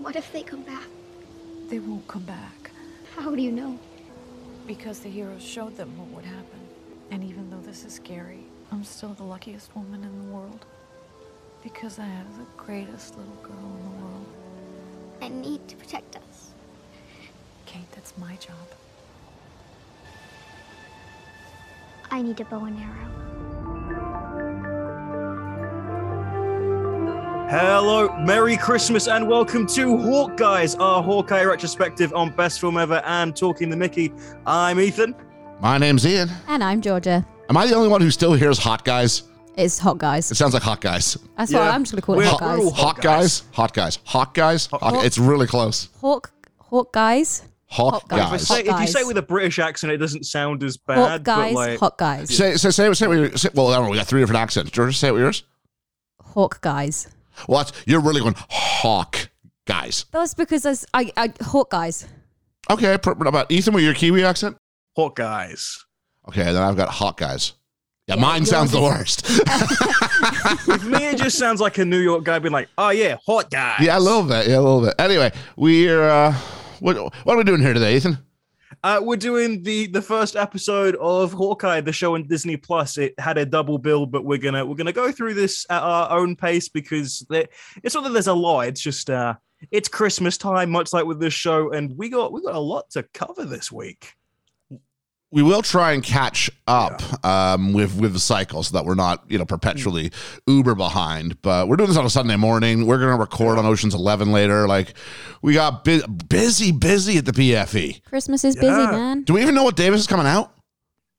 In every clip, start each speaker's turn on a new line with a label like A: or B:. A: What if they come back?
B: They won't come back
A: How do you know?
B: because the heroes showed them what would happen. And even though this is scary, I'm still the luckiest woman in the world because I have the greatest little girl in the world.
A: I need to protect us.
B: Kate, that's my job.
A: I need a bow and arrow.
C: Hello, Merry Christmas, and welcome to Hawkeyes, our Hawkeye retrospective on Best Film Ever and Talking the Mickey. I'm Ethan.
D: My name's Ian.
E: And I'm Georgia.
D: Am I the only one who still hears hot guys?
E: It's hot guys.
D: It sounds like hot guys.
E: That's
C: Yeah.
E: what I'm just gonna call it.
C: We're-
E: Hot
C: we're all
E: guys.
C: hot
D: Hot guys. Hot guys. Hot guys. Hot guys. It's really close.
E: Hawk, hawk guys.
D: Hawk,
E: Hawk guys.
D: guys.
C: Say- if you
E: guys.
C: say it with a British accent, it doesn't sound as bad.
E: Hawk
C: but
E: guys.
C: like,
E: hot guys.
D: Say, say, say, say, what you- say, well, I don't know. We got three different accents. Georgia, say it with yours.
E: Hawk guys.
D: Well, that's, you're really going hawk guys.
E: That's because I, s- I, I- hawk guys.
D: Okay. pr- What about Ethan with your Kiwi accent?
C: Hawkeyes.
D: Okay. Then I've got hot guys. Yeah,
E: Yeah,
D: mine
E: yours
D: sounds the
E: is-
D: worst.
C: With me, it just sounds like a New York guy being like, "Oh yeah, hot guys."
D: yeah, a little bit. Yeah, a little bit. Anyway, we're, uh, what, what are we doing here today, Ethan?
C: Uh, we're doing the the first episode of Hawkeye, the show on Disney Plus. It had a double bill, but we're gonna we're gonna go through this at our own pace because there, it's not that there's a lot. It's just uh, it's Christmas time, much like with this show, and we got we got a lot to cover this week.
D: we will try and catch up um, with with the cycle so that we're not you know perpetually uber behind but we're doing this on a sunday morning we're going to record on oceans 11 later like we got bu- busy busy at the pfe
E: Christmas is busy,
C: Yeah.
E: man. Oh,
D: do we even know what davis is coming out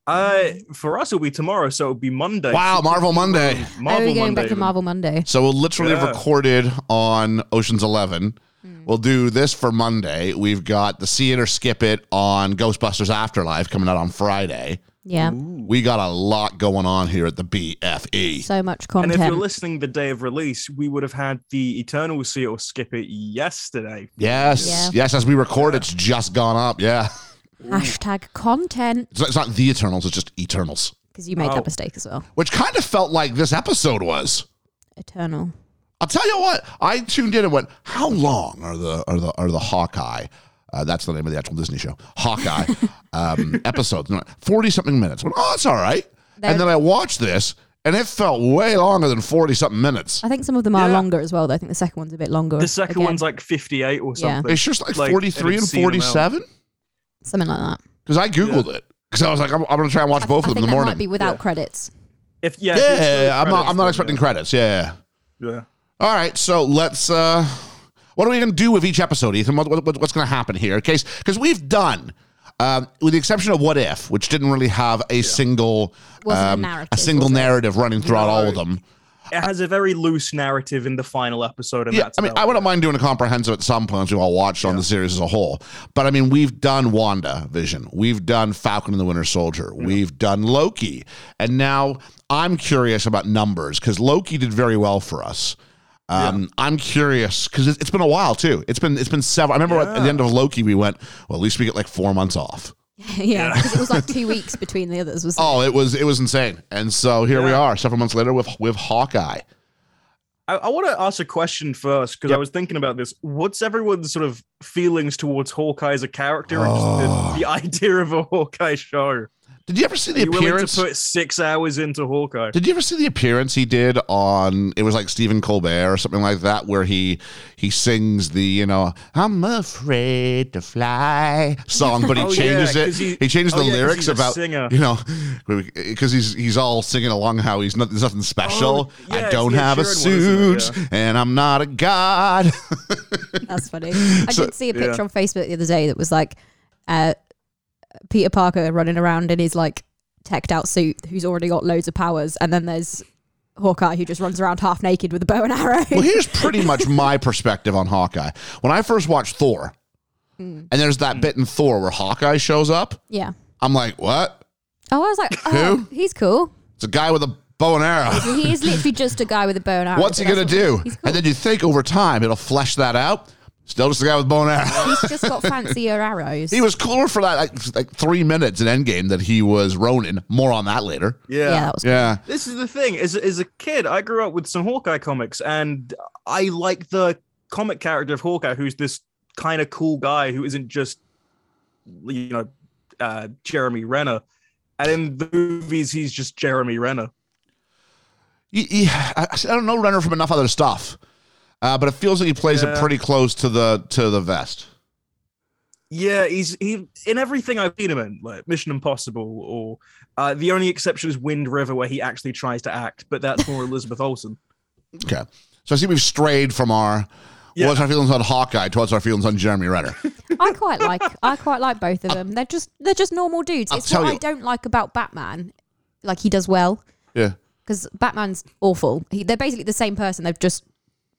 C: Uh, for us, it'll be tomorrow, so it'll be Monday.
D: wow marvel monday
E: Are we
C: Marvel
E: going
C: Monday.
E: back to
C: even.
E: Marvel Monday?
D: so we'll literally have
C: Yeah.
D: recorded on oceans 11
E: Hmm.
D: we'll do this for monday we've got the see it or skip it on ghostbusters afterlife coming out on friday
E: Yeah.
D: we got a lot going on here at the E. bfe
E: So much
C: And if you're
E: content.
C: listening the day of release, we would have had the Eternal see or skip it yesterday.
D: Yes.
E: Yeah.
D: Yes, as we record, it's just gone up. Yeah.
E: Hashtag content.
D: It's not, it's not the Eternals, it's just Eternals,
E: Because you made
C: Oh.
E: that mistake as well.
D: which kind of felt like this episode was.
E: Eternal.
D: I'll tell you what, I tuned in and went, how long are the are the are the Hawkeye? Uh, that's the name of the actual Disney show, Hawkeye um, episodes. Forty something minutes. Went, oh, it's all right.
E: They're-
D: and then I watched this, and it felt way longer than forty something minutes.
E: I think some of them are
C: Yeah.
E: longer as well. Though. I think the second one's a bit longer.
C: The second
E: again.
C: one's like 58 or
E: Yeah.
C: something.
D: It's just like,
C: Like,
D: forty
C: an
D: three and
C: obscene amount.
D: forty seven.
E: something like that.
D: Because I googled it because I was like, I'm, I'm going to try and watch both
E: I
D: of them
E: think
D: in the
E: that
D: morning.
E: might be without
C: Yeah.
E: credits.
C: If yeah, if
D: yeah,
C: it's the
D: I'm not.
C: credits,
D: I'm not
C: then
D: expecting credits. Yeah.
C: Yeah. yeah.
D: All right, so let's. uh What are we going to do with each episode, Ethan? What, what, what's going to happen here? In case because we've done, um, with the exception of What If, which didn't really have a single,
E: Wasn't a
D: um,
E: narrative,
D: single
E: was it?
D: narrative running throughout all of
C: No.
D: them.
C: It has a very loose narrative in the final episode, and
D: Yeah,
C: that's
D: I mean,
C: about
D: I
C: it.
D: wouldn't mind doing a comprehensive at some point. We've all watched on the series as a whole, but I mean, we've done Wanda Vision, we've done Falcon and the Winter Soldier, we've done Loki, and now I'm curious about numbers because Loki did very well for us. Um, I'm curious because it's been a while too. It's been it's been several. I remember at the end of Loki, we went, well, at least we get like four months off.
E: yeah, because it was like two weeks between the others. Was
D: Oh, it was it was insane, and so here we
C: Yeah.
D: are, several months later with with Hawkeye.
C: I, I want to ask a question first because I was thinking about this. What's everyone's sort of feelings towards Hawkeye as a character and just the, the idea of a Hawkeye show?
D: Did you ever see
C: Are
D: the
C: you willing
D: appearance?
C: to put six hours into Hawkeye?
D: Did you ever see the appearance he did on it was like Stephen Colbert or something like that where he he sings the you know I'm afraid to fly song but he
C: Oh, yeah,
D: changes
C: 'cause
D: it
C: he-
D: he, changes
C: oh,
D: the
C: yeah, 'cause
D: lyrics
C: he's a
D: about
C: singer.
D: you know because he's he's all singing along how he's not, there's nothing
C: Oh,
D: special
C: yeah,
D: I
C: it's
D: don't
C: the
D: have a
C: Ed Sheeran one,
D: suit
C: isn't it?
D: and I'm not a god
E: That's funny. I
D: So-
E: did see a
C: Yeah.
E: picture on Facebook the other day that was like uh, Peter Parker running around in his like teched out suit who's already got loads of powers, and then there's Hawkeye who just runs around half naked with a bow and arrow.
D: well, here's pretty much my perspective on Hawkeye. When I first watched Thor, and there's that bit in Thor where Hawkeye shows up,
E: yeah.
D: I'm like, what?
E: Oh, I was like, oh, he's cool.
D: It's a guy with a bow and arrow.
E: He is literally just a guy with a bow and arrow.
D: What's he
E: but
D: gonna
E: that's all-
D: do?
E: He's, cool.
D: And then you think over time it'll flesh that out. Still just a guy with a bow and arrow.
E: he's just got fancier arrows.
D: He was cooler for that like, like three minutes in Endgame that he was Ronin. More on that later.
E: yeah. that was
D: Yeah.
C: This is the thing. As as a kid, I grew up with some Hawkeye comics, and I like the comic character of Hawkeye, who's this kind of cool guy who isn't just you know uh, Jeremy Renner, and in the movies he's just Jeremy Renner.
D: He- he- I, I don't know Renner from enough other stuff, uh, but it feels like he plays it
C: Yeah.
D: pretty close to the to the vest.
C: Yeah, he's he in everything I've seen him in, like Mission Impossible, or uh, the only exception is Wind River, where he actually tries to act, but that's more Elizabeth Olsen.
D: Okay, so I see we've strayed from our
C: Yeah.
D: what's our feelings on Hawkeye to what's our feelings on Jeremy Renner.
E: I quite like I quite like both of them. They're just they're just normal dudes.
D: I'll
E: it's
D: tell
E: what
D: you-
E: I don't like about Batman. Like he does well
D: yeah,
E: because Batman's awful. He, they're basically the same person. They've just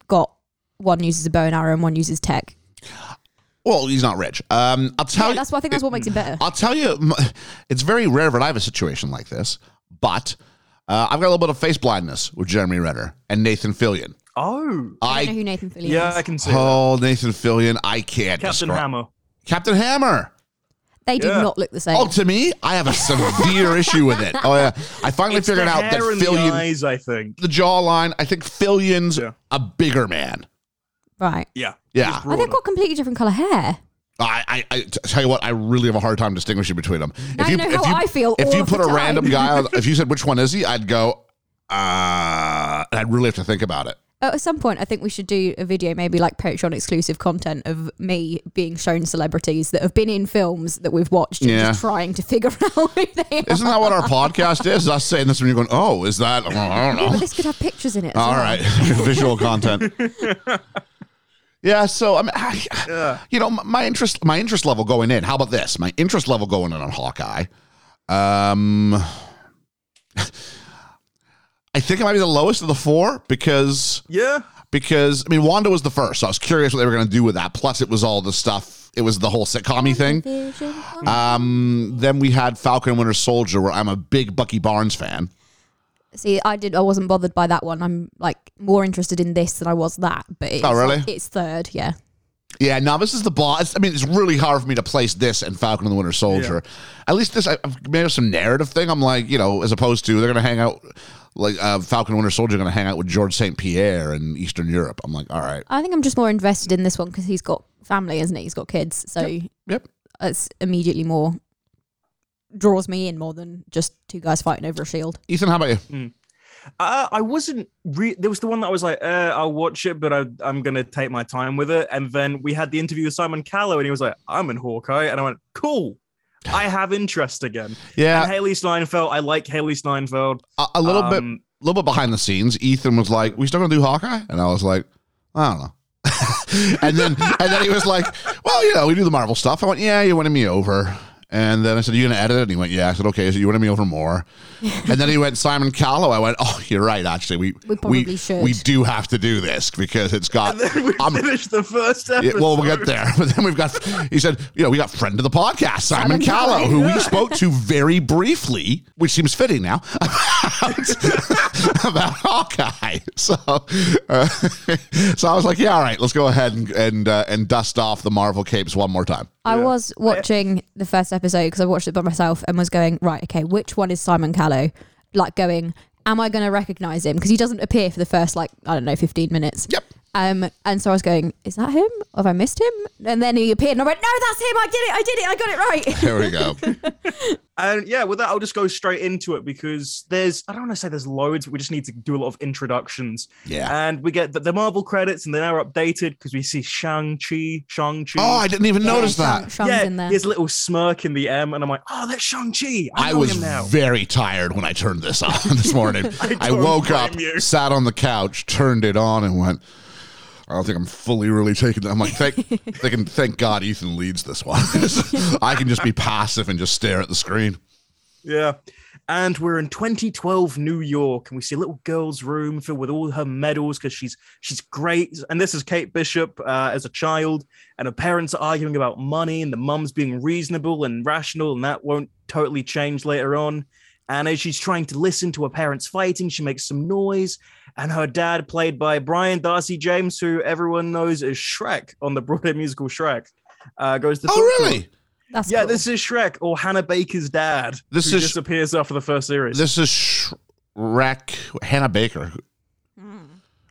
E: got one uses a bow and arrow and one uses tech.
D: well, he's not rich. Um, I'll tell
E: Yeah,
D: you.
E: that's why I think that's what makes him better.
D: I'll tell you, m- it's very rare that I have a situation like this, but uh, I've got a little bit of face blindness with Jeremy Renner and Nathan Fillion.
C: Oh,
E: I don't know
D: I
E: who Nathan Fillion
C: yeah,
E: is.
C: I can see that.
D: oh Nathan Fillion, I can't.
C: Captain
D: describe-
C: Hammer.
D: Captain Hammer.
E: they do
C: yeah.
E: not look the same.
D: Oh, to me, I have a severe issue with it. Oh yeah, I finally
C: It's
D: figured
C: the
D: out that
C: hair and the
D: Fillion,
C: eyes, I think.
D: the, jawline. I think Fillion's
C: Yeah.
D: a bigger man.
E: right.
C: Yeah,
D: Yeah.
C: He's
E: Oh,
C: broader.
E: they've got completely different color hair.
D: I, I, I t- tell you what, I really have a hard time distinguishing between them.
E: Now you know how I feel
D: If
E: all
D: you
E: of
D: put
E: the
D: a
E: time.
D: random guy, on, if you said which one is he, I'd go. Uh, and I'd really have to think about it.
E: Oh, at some point, I think we should do a video, maybe like Patreon exclusive content of me being shown celebrities that have been in films that we've watched and
D: Yeah.
E: just trying to figure out who they are.
D: Isn't that what our podcast is? Us saying this when you're going, oh, is that? oh, I don't
E: But
D: know.
E: this could have pictures in it. as
D: All
E: well.
D: right, visual content. Yeah, so I mean, I, you know, my- my interest, my interest level going in. How about this? My interest level going in on Hawkeye. Um, I think it might be the lowest of the four because
C: yeah.
D: because I mean, Wanda was the first, so I was curious what they were going to do with that. Plus, it was all the stuff. It was the whole sitcom thing.
E: Vision.
D: Um, then we had Falcon and Winter Soldier, where I'm a big Bucky Barnes fan.
E: See, I did. I wasn't bothered by that one. I'm like more interested in this than I was that. But it's,
D: Oh, really?
E: It's third. Yeah.
D: Yeah, now this is the boss. I mean, it's really hard for me to place this and Falcon and the Winter Soldier. At least this, I, I've made up some narrative thing. I'm like, you know, as opposed to they're going to hang out, like uh, Falcon and Winter Soldier going to hang out with George St. Pierre in Eastern Europe. I'm like, all right.
E: I think I'm just more invested in this one because he's got family, isn't it? He's got kids, so
D: Yep.
E: it's immediately more draws me in more than just two guys fighting over a shield.
D: Ethan, how about you?
C: Uh, I wasn't. Re- there was the one that I was like, uh, I'll watch it, but I, I'm gonna take my time with it. And then we had the interview with Simon Callow, and he was like, "I'm in Hawkeye," and I went, "Cool, I have interest again." and
D: Yeah,
C: Haley Steinfeld, I like Haley Steinfeld.
D: a, a little bit,
C: Um,
D: a little bit behind the scenes. Ethan was like, "We still going to do Hawkeye?" And I was like, "I don't know." and then, and then he was like, "Well, you know, we do the Marvel stuff." I went, "Yeah, you wanted me over." And then I said, "You gonna edit it?" And he went, "Yeah." I said, "Okay." So you wanted me over more. and then he went, "Simon Callow." I went, "Oh, you're right. Actually, we
E: We probably should.
D: we do have to do this because it's got."
C: and then we
D: I'm-
C: finished the first episode.
D: Yeah, well, we'll get there. But then we've got, he said, you know, we got friend of the podcast, Simon, Callow, who we spoke to very briefly, which seems fitting now, about, about Hawkeye. So, uh, so I was like, yeah, all right, let's go ahead and and, uh, and dust off the Marvel capes one more time.
E: I was watching the first episode because I watched it by myself and was going right. Okay, which one is Simon Callow? Like going, am I going to recognize him? Because he doesn't appear for the first like I don't know, fifteen minutes.
D: Yep.
E: Um, and so I was going, is that him? Have I missed him? And then he appeared, and I went, no, that's him. I did it. I did it. I got it right.
D: There we go.
C: And yeah, with that, I'll just go straight into it because there's, I don't want to say there's loads, but we just need to do a lot of introductions.
D: Yeah.
C: And we get the, the Marvel credits and they're now updated because we see Shang-Chi, Shang-Chi.
D: Oh, I didn't even notice that.
E: Shang- Shang's
C: yeah,
E: in there.
C: his little smirk in the M, and I'm like, oh, that's Shang-Chi. I,
D: I
C: know
D: was
C: him now.
D: very tired when I turned this on this morning. I,
C: don't
D: woke
C: blame
D: up,
C: you.
D: sat on the couch, turned it on, and went. I don't think I'm fully really taking that. I'm like, thank, thinking, thank God Ethan leads this one. I can just be passive and just stare at the screen.
C: Yeah. And we're in 2012 New York, and we see a little girl's room filled with all her medals because she's she's great. And this is Kate Bishop uh, as a child, and her parents are arguing about money, and the mum's being reasonable and rational, and that won't totally change later on. And as she's trying to listen to her parents fighting, she makes some noise, and her dad, played by Brian Darcy James, who everyone knows as Shrek on the Broadway musical Shrek, uh, goes to
D: Oh,
C: talk to her.
D: really?
E: That's
C: Yeah,
E: cool.
C: this is Shrek or Hannah Baker's dad.
D: This
C: who
D: is-
C: disappears after the first series.
D: This is Shrek, Hannah Baker.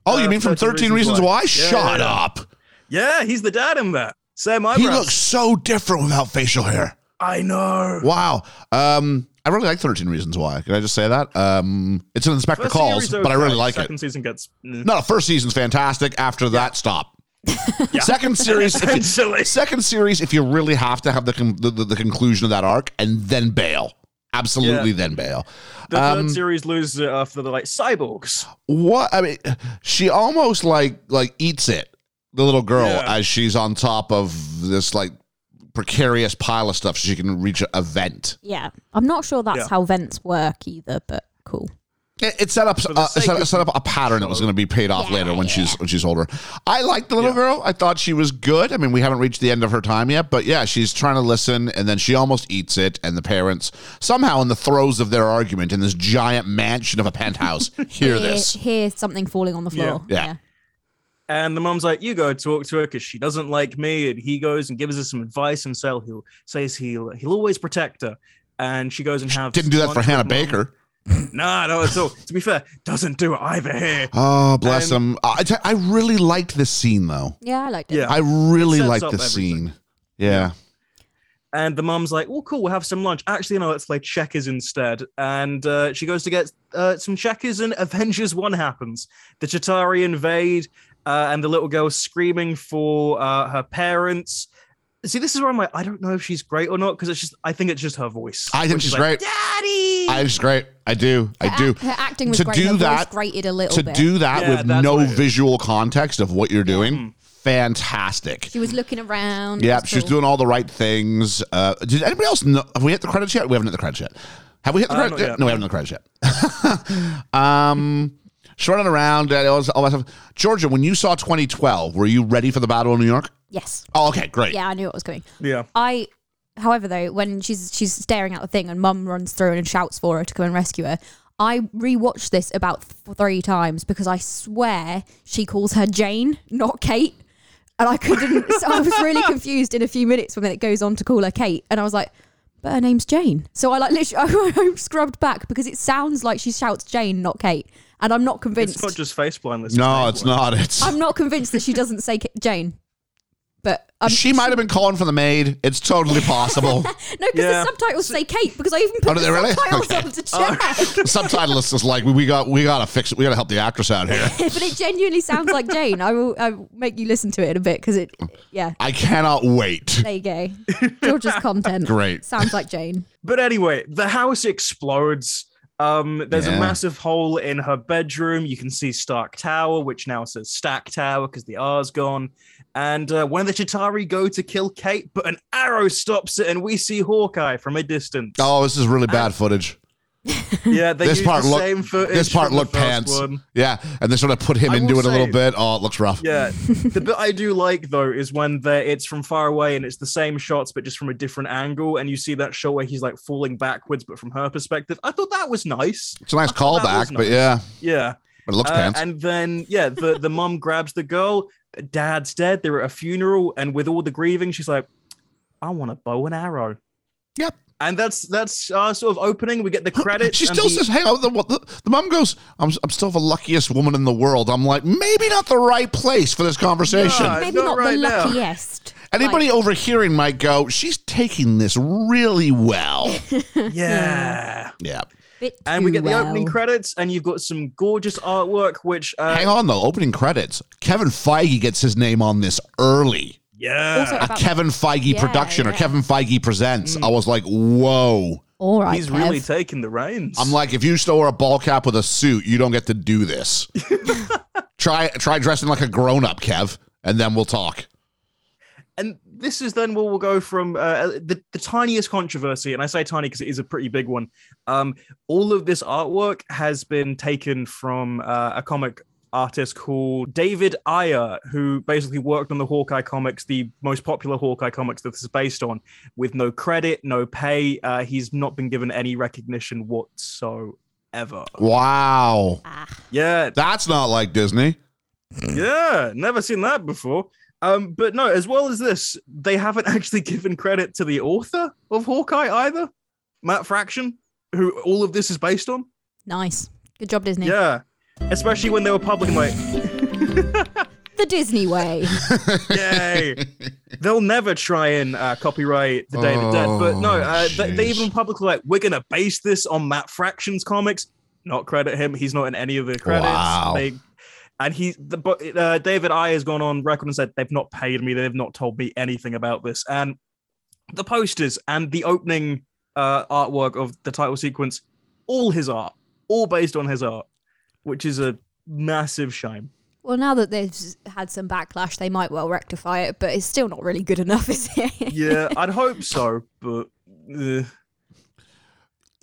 D: Oh, you
C: Uh,
D: mean from 13 Reasons Why? Shut
C: Yeah, yeah, yeah.
D: up.
C: Yeah, he's the dad in that. Sam eyebrows.
D: He looks so different without facial hair.
C: I know.
D: Wow. Um, I really like 13 Reasons Why. Can I just say that? Um, it's an Inspector
C: First
D: Calls,
C: series okay,
D: but I really like it.
C: second season gets mm,
D: No, first season's fantastic. After that, stop. Second series, if you-
C: essentially.
D: second series, if you really have to have the, con- the, the the conclusion of that arc, and then bail, absolutely,
C: Yeah.
D: then bail.
C: The
D: Um,
C: third series loses it after the like cyborgs.
D: What I mean, she almost like like eats it, the little girl,
C: Yeah.
D: as she's on top of this like precarious pile of stuff. So she can reach a vent.
E: Yeah. I'm not sure that's
C: Yeah.
E: how vents work either, but cool.
D: It, it set up
C: the
D: uh, it set,
C: sake
D: it
C: of-
D: set up a pattern that was going to be paid off later when she's when she's older. I liked the little
C: Yeah.
D: girl. I thought she was good. I mean, we haven't reached the end of her time yet, but yeah, she's trying to listen, and then she almost eats it. And the parents somehow, in the throes of their argument, in this giant mansion of a penthouse, hear this.
E: Hear something falling on the floor.
D: Yeah.
E: yeah.
C: And the mom's like, "You go talk to her because she doesn't like me." And he goes and gives her some advice, and so he'll says he'll he'll always protect her. And she goes and have
D: Didn't do that for
C: lunch
D: Hannah
C: with Mum.
D: Baker.
C: Nah, no, at all. to be fair, doesn't do it either here.
D: Oh, bless him. I t- I really liked this scene, though.
E: Yeah, I liked it.
C: Yeah.
D: I really
C: Sets
D: liked
C: up
D: the
C: everything.
D: scene. Yeah.
C: And the mom's like, "Well, cool, we'll have some lunch." Actually, no, let's play checkers instead. And uh, she goes to get uh, some checkers, and Avengers One happens. The Chitari invade, uh, and the little girl screaming for uh, her parents. See, this is where I'm like, I don't know if she's great or not because it's just, I think it's just her voice.
D: I think
C: When
D: she's
C: like,
D: great.
C: Daddy.
D: I was great. I do. I
E: Her
D: do.
E: act- Her acting was
D: To
E: great.
D: do
E: Her voice
D: that-
E: grated a little
D: to
E: bit.
D: do that
C: Yeah,
D: with
C: that's
D: no
C: what it is. Mm-hmm.
D: visual context of what you're doing fantastic
E: she was looking around.
D: yeah
E: It was
D: she's
E: cool.
D: doing all the right things uh did anybody else know have we hit the credits yet we haven't hit the credits yet have we hit the
C: Uh,
D: credits
C: not
D: yet?
C: yet.
D: no we haven't hit the credits yet um she's running around and all, this- all that stuff georgia when you saw 2012 were you ready for the battle of new york
E: Yes.
D: oh okay great
E: Yeah, I knew what was coming.
C: yeah.
E: I, however, though, when she's she's staring at the thing and Mum runs through and shouts for her to come and rescue her, I rewatched this about th- three times because I swear she calls her Jane, not Kate, and I couldn't. so I was really confused in a few minutes when it goes on to call her Kate, and I was like. But her name's Jane, so I like literally I scrubbed back because it sounds like she shouts Jane, not Kate, and I'm not
C: It's
E: convinced.
C: not just face blindness.
D: no
C: name
D: it's
C: blindness.
D: not it's
E: I'm not convinced that she doesn't say K- Jane, but um,
D: she might have been calling for the maid it's totally possible
E: No, because
C: Yeah.
E: the subtitles say Kate because I even put
D: Oh, do
E: the
D: they really?
E: subtitles
D: Okay. Oh.
E: on to check.
D: subtitleist is like we got we gotta fix it we gotta help the actress out here
E: but it genuinely sounds like Jane. I will, I will make you listen to it in a bit because it, yeah.
D: i cannot wait
E: There you go. George's content.
D: Great.
E: Sounds like Jane.
C: But anyway, the house explodes. Um, there's
D: Yeah.
C: a massive hole in her bedroom. You can see Stark Tower, which now says Stack Tower because the R's gone. And uh, when the Chitari go to kill Kate, but an arrow stops it, and we see Hawkeye from a distance.
D: Oh, this is really bad footage.
C: yeah, they
D: this
C: use
D: part
C: the
D: look-
C: same footage.
D: This part
C: from the
D: looked
C: first
D: pants.
C: one.
D: Yeah, and they sort of put him
C: I
D: into
C: will
D: it a little
C: say-
D: bit. Oh, it looks rough.
C: Yeah, the bit I do like though is when the, it's from far away and it's the same shots but just from a different angle, and you see that shot where he's like falling backwards, but from her perspective. I thought that was nice.
D: It's a nice
C: thought that
D: callback,
C: was
D: but
C: nice.
D: yeah,
C: Yeah.
D: but it looks
C: Uh,
D: pants.
C: and then yeah, the the mum grabs the girl. Dad's dead. They're at a funeral, and with all the grieving, she's like, "I want a bow and arrow."
D: Yep.
C: And that's that's our sort of opening. We get the credits.
D: She
C: and
D: still
C: the-
D: says, "Hang on." The, what, the, the mom goes, I'm, "I'm still the luckiest woman in the world." I'm like, maybe not the right place for this conversation.
C: No. Uh,
E: Maybe
C: not
E: not
C: right
E: the
C: now.
E: luckiest.
D: Anybody overhearing might go, "She's taking this really well."
C: "Yeah."
D: yeah.
E: Bit
C: And we
E: too
C: get the opening
E: well.
C: credits, and you've got some gorgeous artwork. Which uh,
D: Hang on though. Opening credits. Kevin Feige gets his name on this early.
E: Also
C: yeah,
D: A
E: about-
D: Kevin Feige
E: Yeah,
D: production or
E: yeah. Mm.
D: Kevin Feige presents. I was like, "Whoa."
E: All right,
C: he's really
E: Kev.
C: taking the reins.
D: I'm like, if you still wear a ball cap with a suit, you don't get to do this. try try dressing like a grown up, Kev, and then we'll talk.
C: and this is then where we'll go from uh, the, the tiniest controversy and i say tiny because it is a pretty big one um, all of this artwork has been taken from uh, a comic artist called david ayer who basically worked on the hawkeye comics the most popular hawkeye comics that this is based on with no credit no pay uh, he's not been given any recognition whatsoever
D: Wow,
C: yeah
D: that's not like Disney.
C: Yeah, never seen that before. Um, but no, as well as this, they haven't actually given credit to the author of Hawkeye either, Matt Fraction, who all of this is based on.
E: Nice. Good job, Disney.
C: Yeah, especially when they were public, like
E: the Disney way.
C: Yay! They'll never try and uh, copyright the Day of the Dead, but no,
D: Oh,
C: uh, they, they
D: jeez.
C: even publicly like we're gonna base this on Matt Fraction's comics. Not credit him; he's not in any of the credits.
D: Wow.
C: They, and he, the, but uh, David I has gone on record and said they've not paid me. They've not told me anything about this. And the posters and the opening uh, artwork of the title sequence, all his art, all based on his art, which is a massive shame.
E: well, now that they've s- had some backlash, they might well rectify it, but it's still not really good enough, is it?
C: Yeah, I'd hope so, but. uh,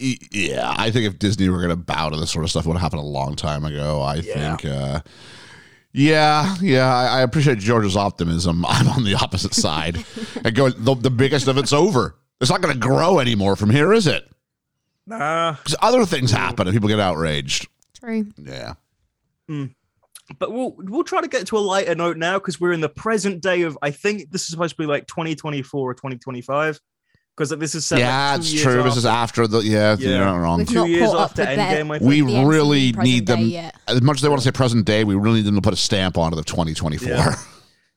D: Y- E, yeah, I think if Disney were going to bow to this sort of stuff, it would have happened a long time ago. I
C: Yeah.
D: think. Uh, yeah, yeah, I, I appreciate George's optimism. I'm on the opposite side. I go, the, the biggest of it's over. It's not going to grow anymore from here, is it?
C: Nah,
D: Because other things happen and people get outraged.
E: True.
D: Mm-hmm. Yeah.
C: but we'll we'll try to get to a lighter note now because we're in the present day of I think this is supposed to be like 2024 or 2025 because this is set like,
D: yeah,
C: two
D: it's
C: years
D: true. This is
C: after-
D: after the, yeah,
C: Yeah.
D: you're not wrong.
E: We've
C: two
E: not
C: years
E: caught up
C: after
E: with that.
C: Endgame. I think.
D: We
E: the MCU
D: really
E: present
D: need
E: day
D: them,
E: yet.
D: as much as they want to say present day, we really need them to put a stamp onto the 2024.
C: Yeah.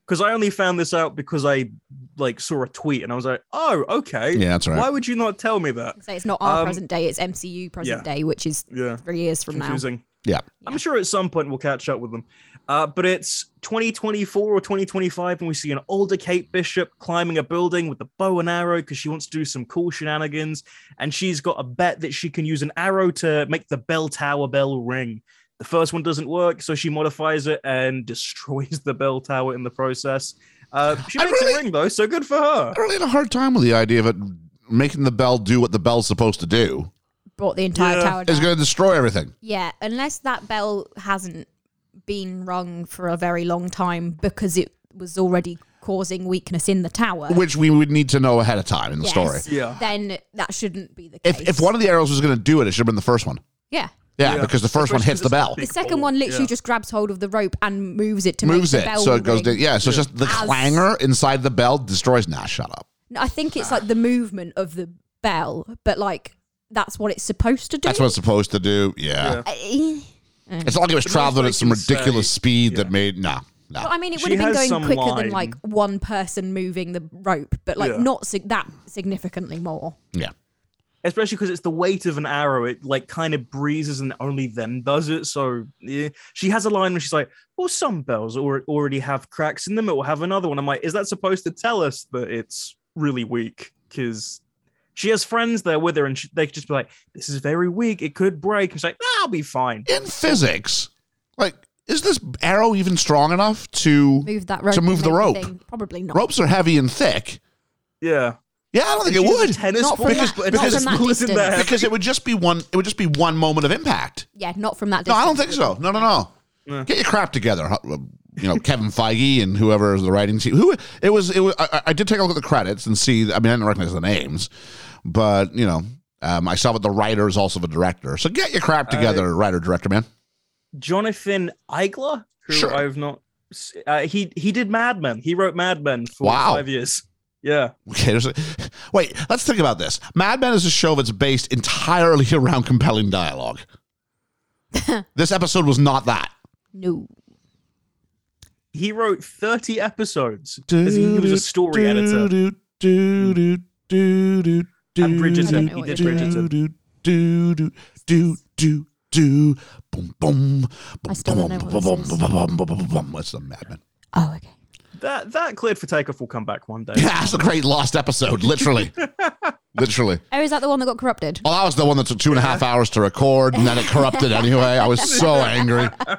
C: because I only found this out because I like saw a tweet and I was like, oh, okay,
D: Yeah, that's right.
C: Why would you not tell me that?
E: So it's not our
C: Um,
E: present day, it's MCU present
C: yeah.
E: day, which is
C: Yeah,
E: three years from now.
C: confusing.
D: Yeah.
E: Yeah.
C: I'm sure at some point we'll catch up with them. Uh, but it's 2024 or 2025, and we see an older Kate Bishop climbing a building with a bow and arrow because she wants to do some cool shenanigans. And she's got a bet that she can use an arrow to make the bell tower bell ring. The first one doesn't work, so she modifies it and destroys the bell tower in the process. Uh, she
D: I
C: makes
D: really-
C: it ring, though, so good for her.
D: I really had a hard time with the idea of it making the bell do what the bell's supposed to do.
E: Brought the entire
C: Yeah.
E: tower
D: It's
E: down.
D: going to destroy everything.
E: Yeah, unless that bell hasn't been rung for a very long time because it was already causing weakness in the tower.
D: which we would need to know ahead of time in the
E: Yes.
D: story.
C: Yeah.
E: Then that shouldn't be the case.
D: If, if one of the arrows was going to do it, it should have been the first one.
E: yeah,
D: Yeah,
C: Yeah.
D: because the first
C: The
D: one
C: first
D: hits
C: is
D: the
C: a
D: ball,
C: big-
E: the second one literally
C: Yeah.
E: just grabs hold of the rope and moves it to
D: moves
E: make
D: it,
E: the bell
D: so it goes.
E: ring.
D: Down. Yeah, so it's just the
E: As-
D: clanger inside the bell destroys. Nah, shut up.
E: No, I think it's like the movement of the bell, but like that's what it's supposed to do.
D: That's what it's supposed to do. Yeah,
C: Yeah.
E: Eh.
D: it's not like it was
C: most
D: traveling
C: they
D: at some
C: can say-
D: ridiculous speed that
C: yeah.
D: made. Nah, nah.
E: Well, I mean, it would
C: She
E: have been
C: has
E: going
C: some
E: quicker
C: line.
E: than like one person moving the rope, but like
C: Yeah.
E: not sig- that significantly more.
D: yeah,
C: especially because it's the weight of an arrow. It like kind of breezes and only then does it. So yeah. she has a line where she's like, "Well, some bells or- already have cracks in them. It will have another one." I'm like, "Is that supposed to tell us that it's really weak?" Because she has friends there with her, and she, they could just be like, "This is very weak. It could break." And she's like, "I'll be fine."
D: in physics, like, is this arrow even strong enough to?
E: Move that rope.
D: To move
E: and
D: the
E: make
D: rope.
E: thing- Probably not.
D: Ropes are heavy and thick.
C: Yeah,
D: Yeah, I don't think
C: And
D: it
C: she's a
D: would.
C: tennis
E: Not
C: ball
E: from that-
C: but
E: not
C: tennis
E: from that
C: ball isn't that
E: distance.
C: heavy.
D: because it would just be one. It would just be one moment of impact.
E: Yeah, not from that
D: No,
E: distance.
D: I don't think so. No, no, no.
C: Yeah.
D: Get your crap together. huh, uh, You know, Kevin Feige and whoever is the writing team. Who it was? It was. I, I- I did take a look at the credits and see. I mean, I didn't recognize the names, but you know, um, I saw that the writer is also the director. So get your crap together, writer director man.
C: Jonathan Eigler, who
D: Sure.
C: I've not. s- Uh, he he did Mad Men. He wrote Mad Men for
D: Wow.
C: five years. Yeah.
D: Okay, there's a, wait. Let's think about this. Mad Men is a show that's based entirely around compelling dialogue. this episode was not that.
E: No.
C: He wrote 30 episodes. as he was a story editor. And Bridgerton.
E: I don't know
C: He
E: what
C: did
E: you're doing.
C: Bridgerton.
D: do do do do do do boom boom
E: I still don't know what this is.
D: What's the madman?
E: Oh, okay.
C: That that cleared for takeoff will come back one day.
D: Yeah, that's a great lost episode. Literally, literally.
E: Oh, is that the one that got corrupted?
D: Well, that was the one that took two and a half hours to record, and then it corrupted anyway. I was so angry. I,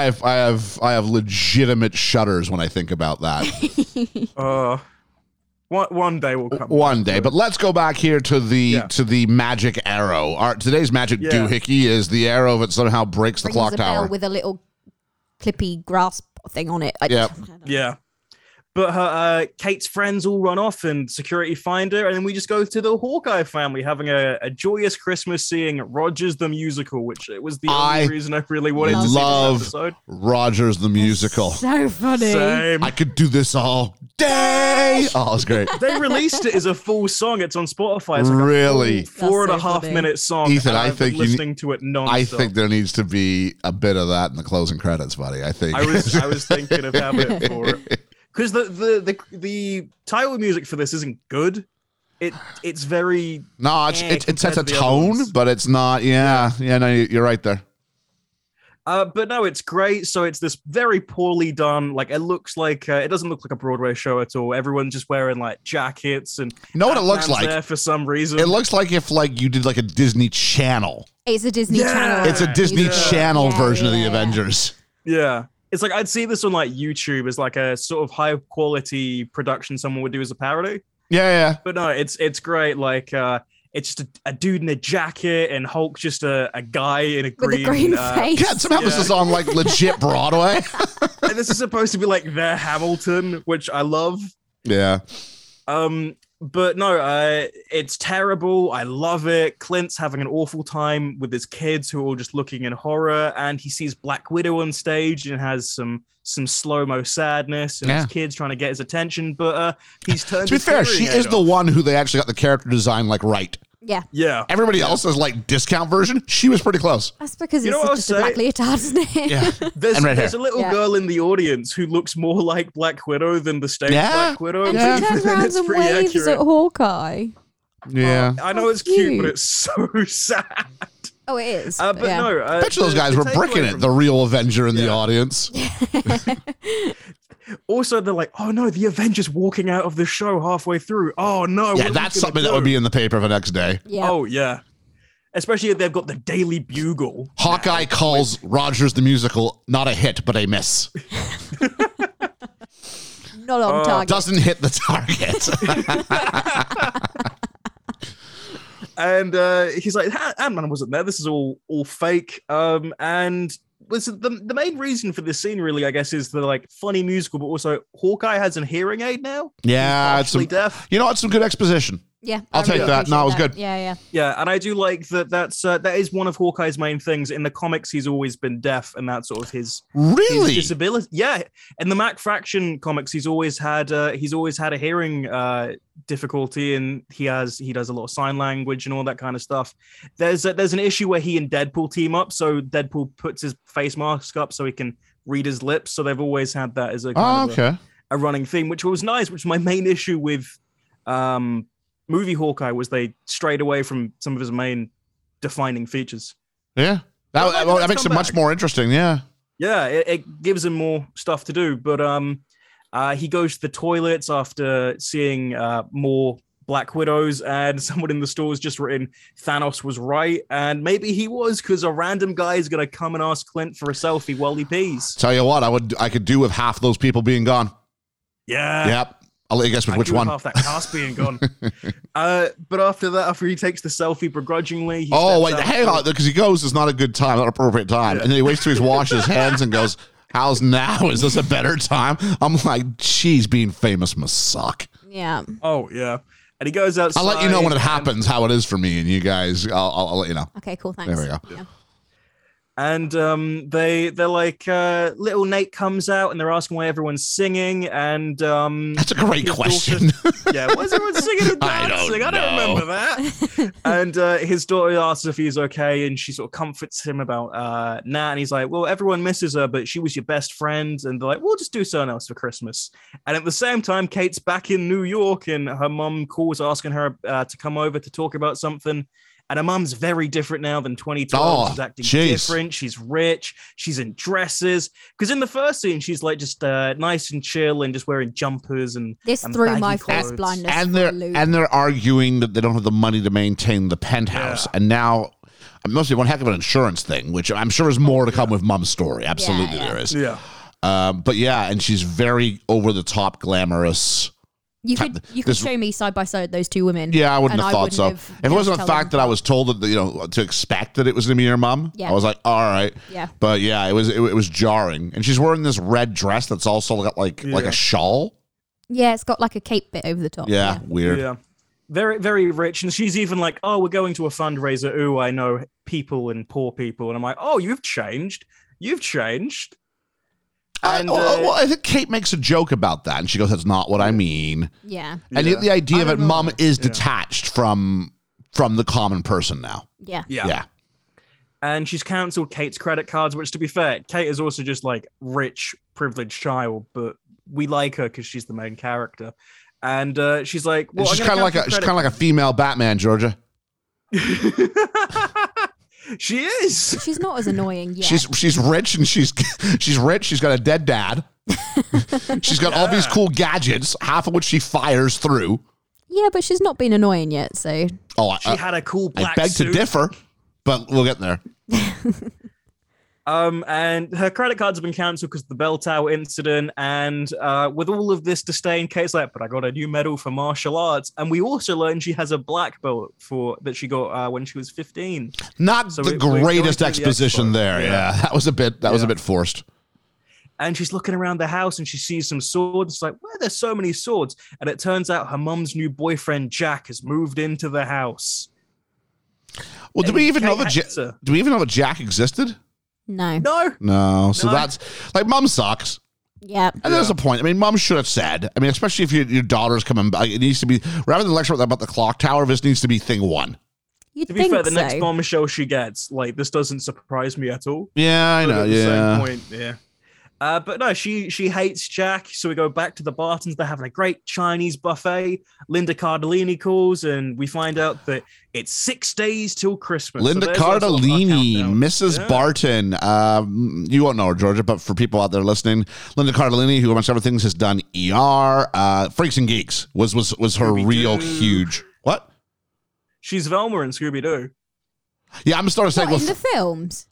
D: I have, I have, I have legitimate shudders when I think about that.
C: Uh, one, one day will come.
D: one day. But let's go back here to the
C: Yeah.
D: to the magic arrow. Our today's magic
C: Yeah.
D: doohickey is the arrow that somehow breaks the
E: Rings
D: clock
E: a
D: tower.
E: bell with a little clippy grasp thing on it. I,
D: Yeah.
E: I don't know.
C: Yeah. But her uh, Kate's friends all run off and security find her, and then we just go to the Hawkeye family having a, a joyous Christmas, seeing Rogers the musical, which it was the
D: I
C: only reason I really wanted to see
D: love
C: this episode.
D: Rogers the musical.
E: So funny.
C: Same.
D: I could do this all day. Oh, it's great.
C: they released it as a full song. It's on Spotify. It's like
D: Really?
C: a full four and
E: That's
C: a
E: so
C: half
E: funny.
C: minute song.
D: Ethan,
C: and
D: I
C: I've been
D: think you ne-
C: listening to it non.
D: I think there needs to be a bit of that in the closing credits, buddy. I think.
C: I was I was thinking of having it for it because the, the the the title music for this isn't good. It it's very
D: no, it's,
C: Eh,
D: it, it
C: compared
D: sets
C: to
D: a
C: the other ones.
D: tone, but it's not. Yeah, yeah. no, you- you're right there.
C: Uh, but no, it's great. So it's this very poorly done. Like it looks like uh, it doesn't look like a Broadway show at all. Everyone's just wearing like jackets and
D: You know what it looks
C: Batman's
D: like?
C: there for some reason.
D: It looks like if like you did like a Disney Channel.
E: It's a Disney
C: Yeah.
E: Channel.
D: It's a Disney
E: musical.
D: Channel
E: Yeah,
D: version of the
E: yeah, yeah.
D: Avengers.
C: yeah, it's like I'd see this on like YouTube as like a sort of high quality production someone would do as a parody.
D: Yeah, yeah.
C: But no, it's it's great. Like uh, it's just a, a dude in a jacket and Hulk just a, a guy in a green.
E: With a green
C: uh,
E: face.
D: Yeah, somehow this
C: Yeah.
D: is on like legit Broadway.
C: and this is supposed to be like their Hamilton, which I love.
D: yeah.
C: Um, but no, uh, it's terrible. I love it. Clint's having an awful time with his kids who are all just looking in horror, and he sees Black Widow on stage and has some some slow mo sadness, and
D: Yeah.
C: his kids trying to get his attention, but uh, he's turned.
D: To be
C: his
D: fair, she
C: hearing
D: is
C: aid
D: the
C: off.
D: one who they actually got the character design like right.
E: Yeah.
C: yeah.
D: Everybody else is like discount version. She was pretty close.
E: That's because
C: You know what I'll
E: it's just a black
C: say?
E: leotard, isn't it?
D: Yeah.
C: There's,
D: And red
C: there's a
D: hair.
C: little
E: Yeah.
C: girl in the audience who looks more like Black Widow than the stage
D: Yeah.
C: Black Widow.
E: And
D: Yeah.
E: she turns around
C: It's
E: and
C: pretty
E: waves
C: accurate.
E: at Hawkeye.
D: Yeah.
C: I know it's
E: That's
C: cute, but
E: cute.
C: it's so sad.
E: Oh, it is.
C: Uh, but
E: yeah.
C: no, uh,
D: I bet you those
C: the-
D: guys
C: the
D: were
C: takeaway
D: bricking
C: from
D: it. The real Avenger in the
C: Yeah.
D: audience.
C: also they're like, oh no, the Avengers walking out of the show halfway through. Oh no, what
D: Yeah,
C: are we
D: that's
C: gonna
D: something that
C: do?"
D: would be in the paper the next day.
E: Yeah.
C: Oh yeah, especially if they've got the Daily Bugle.
D: Hawkeye calls Rogers the musical not a hit, but a miss.
E: Not
C: Uh,
E: on target.
D: Doesn't hit the target.
C: and uh, he's like, Ant Man wasn't there. This is all all fake. Um, and this is the the main reason for this scene, really, I guess, is the like funny musical, but also Hawkeye has an hearing aid now.
D: yeah, it's
C: Partially
D: some,
C: deaf.
D: you know what? Some good exposition.
E: Yeah.
D: I'll
E: I
D: take that. No,
E: appreciate
D: it was good.
E: Yeah, yeah.
C: Yeah, and I do like that. That's uh, that is one of Hawkeye's main things. In the comics, he's always been deaf, and that's sort of his
D: Really?
C: his disability. Yeah, in the Mac Fraction comics, he's always had uh, he's always had a hearing uh, difficulty, and he has he does a lot of sign language and all that kind of stuff. There's a, there's an issue where he and Deadpool team up, so Deadpool puts his face mask up so he can read his lips. So they've always had that as a
D: oh,
C: kind of a-
D: okay.
C: a running theme, which was nice. Which was my main issue with um, movie Hawkeye was they strayed away from some of his main defining features.
D: Yeah. That,
C: Well, maybe
D: well, that
C: let's
D: makes it
C: come
D: much
C: back.
D: more interesting. Yeah.
C: yeah, it, it gives him more stuff to do. But um, uh, he goes to the toilets after seeing uh, more Black Widows, and someone in the store's just written Thanos was right, and maybe he was because a random guy is gonna come and ask Clint for a selfie while he pees.
D: Tell you what, I would I could do with half those people being gone.
C: Yeah.
D: yep. I'll let you guess with
C: I
D: which
C: do have
D: one.
C: Half that cast being gone. uh, but after that, after he takes the selfie begrudgingly, he steps
D: Oh, wait,
C: up
D: hang
C: to-
D: on, because he goes, it's not a good time, not an appropriate time. And then he waits till he's washed his hands and goes, How's now? Is this a better time? I'm like, geez, being famous must suck.
E: Yeah.
C: Oh yeah, and he goes outside.
D: I'll let you know when it
C: and-
D: happens, how it is for me and you guys. I'll, I'll, I'll let you know.
E: Okay, cool. Thanks.
D: we go.
E: Yeah.
C: and um, they they're like uh, little Nate comes out and they're asking why everyone's singing and um,
D: That's a great
C: his
D: question.
C: daughter- yeah, why is everyone singing and
D: I don't
C: dancing? I don't, remember that. and uh, his daughter asks if he's okay, and she sort of comforts him about uh, Nat, and he's like, "Well, everyone misses her, but she was your best friend." And they're like, "We'll just do something else for Christmas." And at the same time, Kate's back in New York, and her mum calls asking her uh, to come over to talk about something. And her mum's very different now than 2012.
D: Oh,
C: she's acting
D: jeez.
C: different. She's rich. She's in dresses. Because in the first scene, she's like just uh, nice and chill and just wearing jumpers and
E: This
C: and
E: threw
C: baggy
E: my
C: clothes.
E: first blindness.
D: and
E: for a
D: they're
E: loop.
D: and they're arguing that they don't have the money to maintain the penthouse,
C: Yeah.
D: and now it must be one heck of an insurance thing, which I'm sure is more to come with Mum's story. Absolutely,
E: yeah.
D: there is.
C: Oh, Yeah.
D: Um, but yeah, and she's very over the top, glamorous.
E: you could you could
D: this-
E: show me side by side those two women.
D: Yeah, I wouldn't
E: and
D: have thought
E: wouldn't
D: so.
E: have
D: if it
E: dared
D: wasn't the
E: tell
D: fact
E: them.
D: that I was told that you know to expect that it was going to be your mom,
E: Yeah.
D: I was like, all right.
E: Yeah.
D: But yeah, it was it, it was jarring, and she's wearing this red dress that's also got like like
C: Yeah.
D: a shawl.
E: Yeah, it's got like a cape bit over the top.
D: Yeah, weird.
C: Yeah. Very, very rich. And she's even like, oh, we're going to a fundraiser. Ooh, I know people and poor people. And I'm like, oh, you've changed. You've changed.
D: I,
C: And,
D: oh, oh,
C: uh,
D: well, I think Kate makes a joke about that, and she goes, "That's not what I mean."
E: Yeah.
D: And
C: Yeah.
D: yet the idea that mom is
C: Yeah.
D: detached from from the common person now.
E: Yeah.
D: Yeah.
C: And she's cancelled Kate's credit cards, which, to be fair, Kate is also just like rich, privileged child, but we like her because she's the main character. And uh, she's like, well,
D: she's kind of like a she's kind of like a female Batman, Georgia.
C: like she is.
E: She's not as annoying yet.
D: She's she's rich and she's she's rich. She's got a dead dad. she's got all these cool gadgets, half of which she fires through.
E: yeah, but she's not been annoying yet, so
D: Oh, I,
C: She had a cool
D: I
C: black
D: beg
C: suit.
D: to differ, but we'll get there.
C: Um, and her credit cards have been cancelled because of the bell tower incident. And uh, with all of this disdain, Kate's like, "But I got a new medal for martial arts." And we also learn she has a black belt for that she got uh, when she was fifteen.
D: Not
C: So
D: the
C: we- we're
D: greatest
C: going through the
D: exposition
C: expo.
D: there. Yeah.
C: Yeah.
D: that was a bit that was a
C: Yeah.
D: bit forced.
C: And she's looking around the house and she sees some swords. It's like, why are there so many swords? And it turns out her mum's new boyfriend Jack has moved into the house.
D: Well, do we even know
C: Kate
D: that?
C: hates
D: Ja-
C: her.
D: do we even know that Jack existed?
E: no.
C: No,
D: No. So
C: No.
D: that's like mom sucks.
E: Yeah.
D: And there's a point. I mean, mom should have said. I mean, especially if your, your daughter's coming back, it needs to be rather than lecture about the clock tower. This needs to be thing one.
E: You'd
C: to be
E: think
C: fair, the
E: so.
C: next bombshell she gets, like, this doesn't surprise me at all.
D: Yeah, I
C: But
D: know.
C: at the
D: Yeah,
C: Same point, yeah. Uh, but no, she she hates Jack. So we go back to the Bartons. They're having a great Chinese buffet. Linda Cardellini calls, and we find out that it's six days till Christmas. So
D: Linda
C: there's our sort of our
D: Cardellini,
C: countdown.
D: Mrs.
C: Yeah.
D: Barton. Um, you won't know her, Georgia, but for people out there listening, Linda Cardellini, who amongst other things has done ER, uh, Freaks and Geeks, was was was her real
C: Scooby-Doo.
D: huge. What?
C: She's Velma in Scooby Doo.
D: Yeah, I'm starting to say
E: What,
D: well,
E: in the films?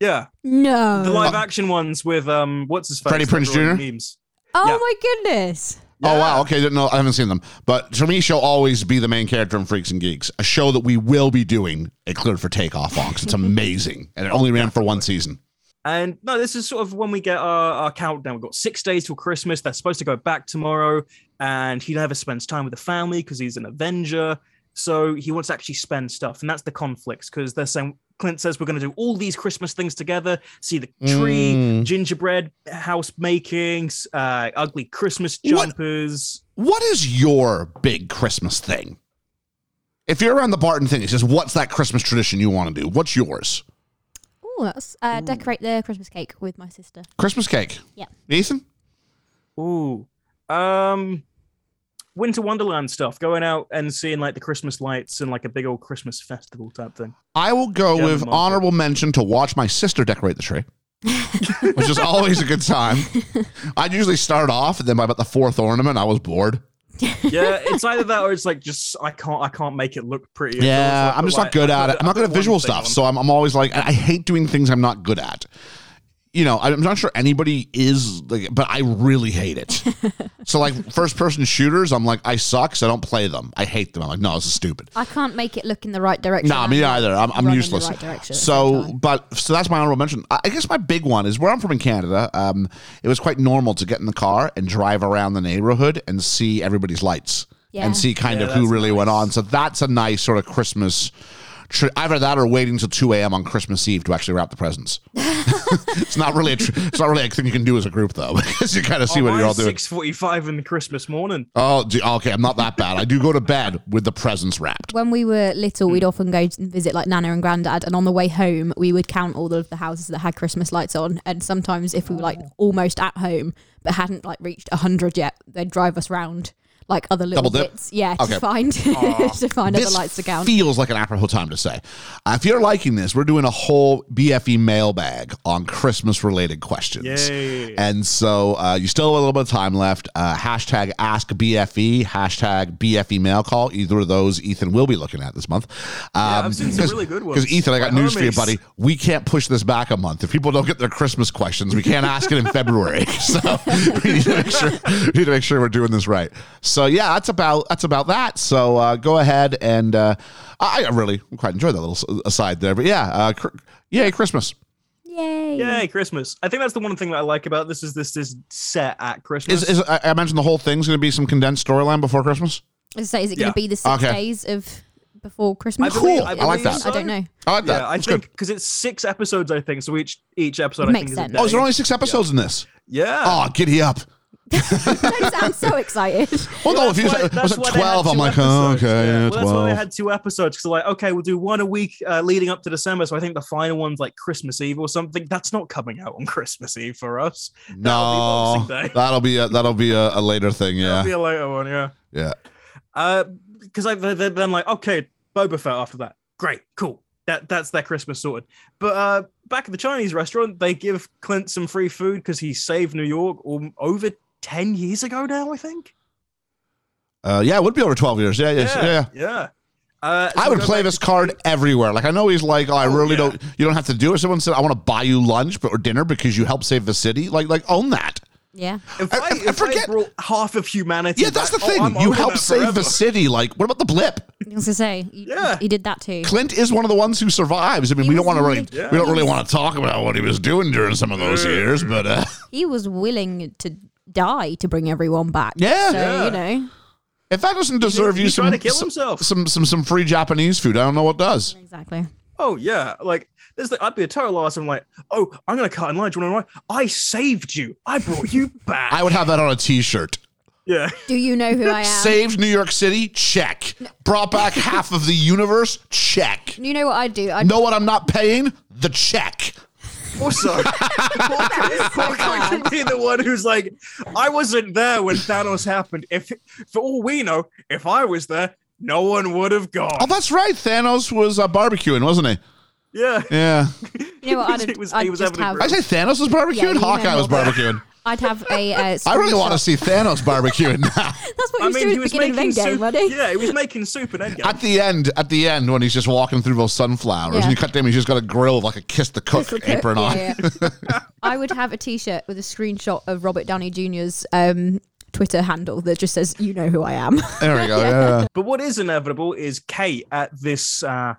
C: Yeah,
E: No.
C: the live action ones with um, what's his face?
D: Uh, Freddie Prinze
C: Everyone
D: Jr.?
C: Memes.
E: oh
C: yeah.
E: my goodness.
D: Oh
C: Yeah.
D: wow, okay, didn't know I haven't seen them. But for me, she'll always be the main character in Freaks and Geeks, a show that we will be doing it cleared for takeoff on 'cause it's amazing. And it only ran for one season.
C: And no, this is sort of when we get our, our countdown. We've got six days till Christmas. They're supposed to go back tomorrow. And he never spends time with the family because he's an Avenger. So he wants to actually spend stuff. And that's the conflicts because they're saying, Clint says, we're going to do all these Christmas things together see the tree,
D: Mm.
C: gingerbread house makings, uh, ugly Christmas
D: What-
C: jumpers.
D: What is your big Christmas thing? If you're around the Barton thing, it says, What's that Christmas tradition you want to do? What's yours?
E: Oh, that's uh, decorate the Christmas cake with my sister.
D: Christmas cake.
E: Yeah.
D: Ethan?
C: Ooh. Um Winter Wonderland stuff, going out and seeing like the Christmas lights and like a big old Christmas festival type thing.
D: I will go
C: Yeah,
D: with
C: Mom.
D: honorable mention to watch my sister decorate the tree. which is always a good time. I'd usually start off and then by about the fourth ornament, I was bored.
C: yeah, it's either that or it's like just I can't I can't make it look pretty. at all.
D: Yeah,
C: So I
D: I'm
C: put,
D: just
C: like-
D: not good
C: I
D: at
C: put-
D: it. I'm
C: I
D: not good
C: put
D: at
C: one
D: visual
C: thing
D: stuff,
C: on.
D: so I'm, I'm always like, I I hate doing things I'm not good at. You know, I'm not sure anybody is, like, but I really hate it. so, like, first person shooters, I'm like, I suck, so I don't play them. I hate them. I'm like, no, this is stupid.
E: I can't make it look in the right direction.
D: No, nah, me either. I'm, I'm
E: running
D: useless.
E: The right direction at the same
D: so,
E: time.
D: but so that's my honorable mention. I I guess my big one is where I'm from in Canada. Um, it was quite normal to get in the car and drive around the neighborhood and see everybody's lights
E: Yeah.
D: and see kind
C: Yeah,
D: of who
C: that's
D: really went
C: nice.
D: on. So that's a nice sort of Christmas. Tri- either that or waiting till 2 a.m. on Christmas Eve to actually wrap the presents. it's not really a tr- it's not really a thing you can do as a group though because you kind of see what you're all doing.
C: Oh, Six forty-five in the Christmas morning.
D: Oh, gee, okay, I'm not that bad. I do go to bed with the presents wrapped.
E: when we were little,
D: Hmm.
E: we'd often go and visit like Nana and Grandad, and on the way home, we would count all of the houses that had Christmas lights on. And sometimes, if we were like almost at home but hadn't like reached hundred yet, they'd drive us round like other little
D: Double dip?
E: bits, yeah,
D: Okay.
E: to find to find other lights to count.
D: feels like an apropos time to say. Uh, if you're liking this, we're doing a whole BFE mailbag on Christmas related questions.
C: Yay.
D: And so uh, you still have a little bit of time left. Uh, hashtag ask BFE, hashtag BFE mail call. Either of those Ethan will be looking at this month. Um,
C: I've seen some
D: because-
C: really good ones.
D: Because Ethan, I got
C: By
D: news for you,
C: Hermes.
D: buddy. We can't push this back a month. If people don't get their Christmas questions, we can't ask it in February. So we need to make sure we need to make sure we're doing this right. So yeah, that's about that's about that. So uh, go ahead and uh, I I really quite enjoyed that little s- aside there. But yeah, uh, cr- yay Christmas.
E: Yay.
C: Yay, Christmas! I think that's the one thing that I like about this is this this set at Christmas.
D: Is, is I I imagine the whole thing's going to be some condensed storyline before Christmas?
E: As I say, is it
C: Yeah.
E: going to be the six
D: Okay.
E: days of before Christmas?
D: believe- Cool. I I like believe that.
E: I don't know.
D: I like that.
C: yeah, I
D: That's
C: think because it's six episodes, I think. So each each episode,
E: Makes
C: I Uh, think,
E: sense.
C: is a
D: Good. Oh, is there
C: day.
D: only six episodes in this?
C: yeah.
D: Oh, giddy up.
E: Don't sound so excited.
D: Well, no, if you
C: That's why-
D: said, was
C: that's
D: it
C: why they had
D: 12, I'm
C: two
D: like, oh,
C: episodes.
D: okay, yeah,
C: Well, that's why they
D: 12.
C: had two episodes because, like, okay, we'll do one a week uh, leading up to December. So I think the final one's like Christmas Eve or something. That's not coming out on Christmas Eve for us.
D: No,
C: That'll be Boxing Day.
D: that'll be a, that'll be a, a later thing.
C: That'll be
D: Yeah,
C: a later one, yeah.
D: yeah.
C: Because I they're, they're then Uh, like, okay, Boba Fett after that. Great, cool. That that's their Christmas sorted. But uh, back at the Chinese restaurant, they give Clint some free food because he saved New York um, over ten years ago now. I think.
D: Uh, yeah, it would be over 12 years. Yeah, yeah, yeah. yeah.
C: yeah. Uh, so
D: I
C: we
D: would
C: go
D: play
C: back
D: this
C: to-
D: card everywhere. Like I know he's like, oh, I really
C: yeah.
D: don't. You don't have to do it. Someone said, I want to buy you lunch, but or dinner because you helped save the city. Like, like own that.
E: Yeah.
C: If
D: I-
C: I,
D: I- I
C: if
D: forget-
C: I brought half of humanity,
D: Yeah, that's the
C: back, oh,
D: thing.
C: I'm
D: you
C: over
D: helped
C: that
D: save
C: forever.
D: the city. Like, what about the blip?
E: I was going to say, you,
C: Yeah.
E: he did that too.
D: Clint is one of the ones who survives. I mean,
E: He
D: we
E: was
D: don't want to really,
E: lived-
D: we don't really want to talk about what he was doing during some of those years, but uh,
E: He was willing to die to bring everyone back.
D: Yeah.
E: So,
C: Yeah.
E: you know.
D: if that doesn't deserve
C: he
D: you
C: tried
D: some,
C: to kill
D: some,
C: himself.
D: some some some free Japanese food, I don't know what does.
E: Exactly.
C: Oh yeah, like this. Like, I'd be a total arse. I'm like, oh, I'm gonna cut in line. Do you want to know why? I saved you. I brought you back.
D: I would have that on a T-shirt.
C: yeah.
E: Do you know who I am?
D: Saved New York City, check. Brought back half of the universe, check.
E: you know what I'd do? I'd
D: Know what I'm not paying? The check.
C: Also, Hawkeye Hawkeye could be the one who's like, I wasn't there when Thanos happened. If, for all we know, if I was there, no one would have
D: Oh,
C: gone.
D: that's right. Thanos was uh, barbecuing, wasn't he?
C: Yeah.
D: Yeah.
E: You know what? I'd,
C: It was-
E: I'd
C: it was
E: just
C: heavily
E: have,
D: I say Thanos was barbecuing.
E: you
D: Hawkeye
E: know
D: was
E: what.
D: barbecuing.
E: I'd have a. Uh,
D: I really want to
E: screenshot.
D: see Thanos barbecuing now.
E: That's what
C: I
E: you
C: mean, he
E: do at
C: was
E: the beginning
C: making
E: of Endgame,
C: soup.
E: wasn't he?
C: Yeah, he was making soup and egg.
D: At the end, at the end, when he's just walking through those sunflowers, and
E: Yeah.
D: you cut to him, he's just got a grill with like a kiss the cook
E: Look at-
D: apron on.
E: yeah, yeah. I would have a T-shirt with a screenshot of Robert Downey Jr.'s um, Twitter handle that just says, "You know who I am."
D: There we go. Yeah.
C: But what is inevitable is Kate at this uh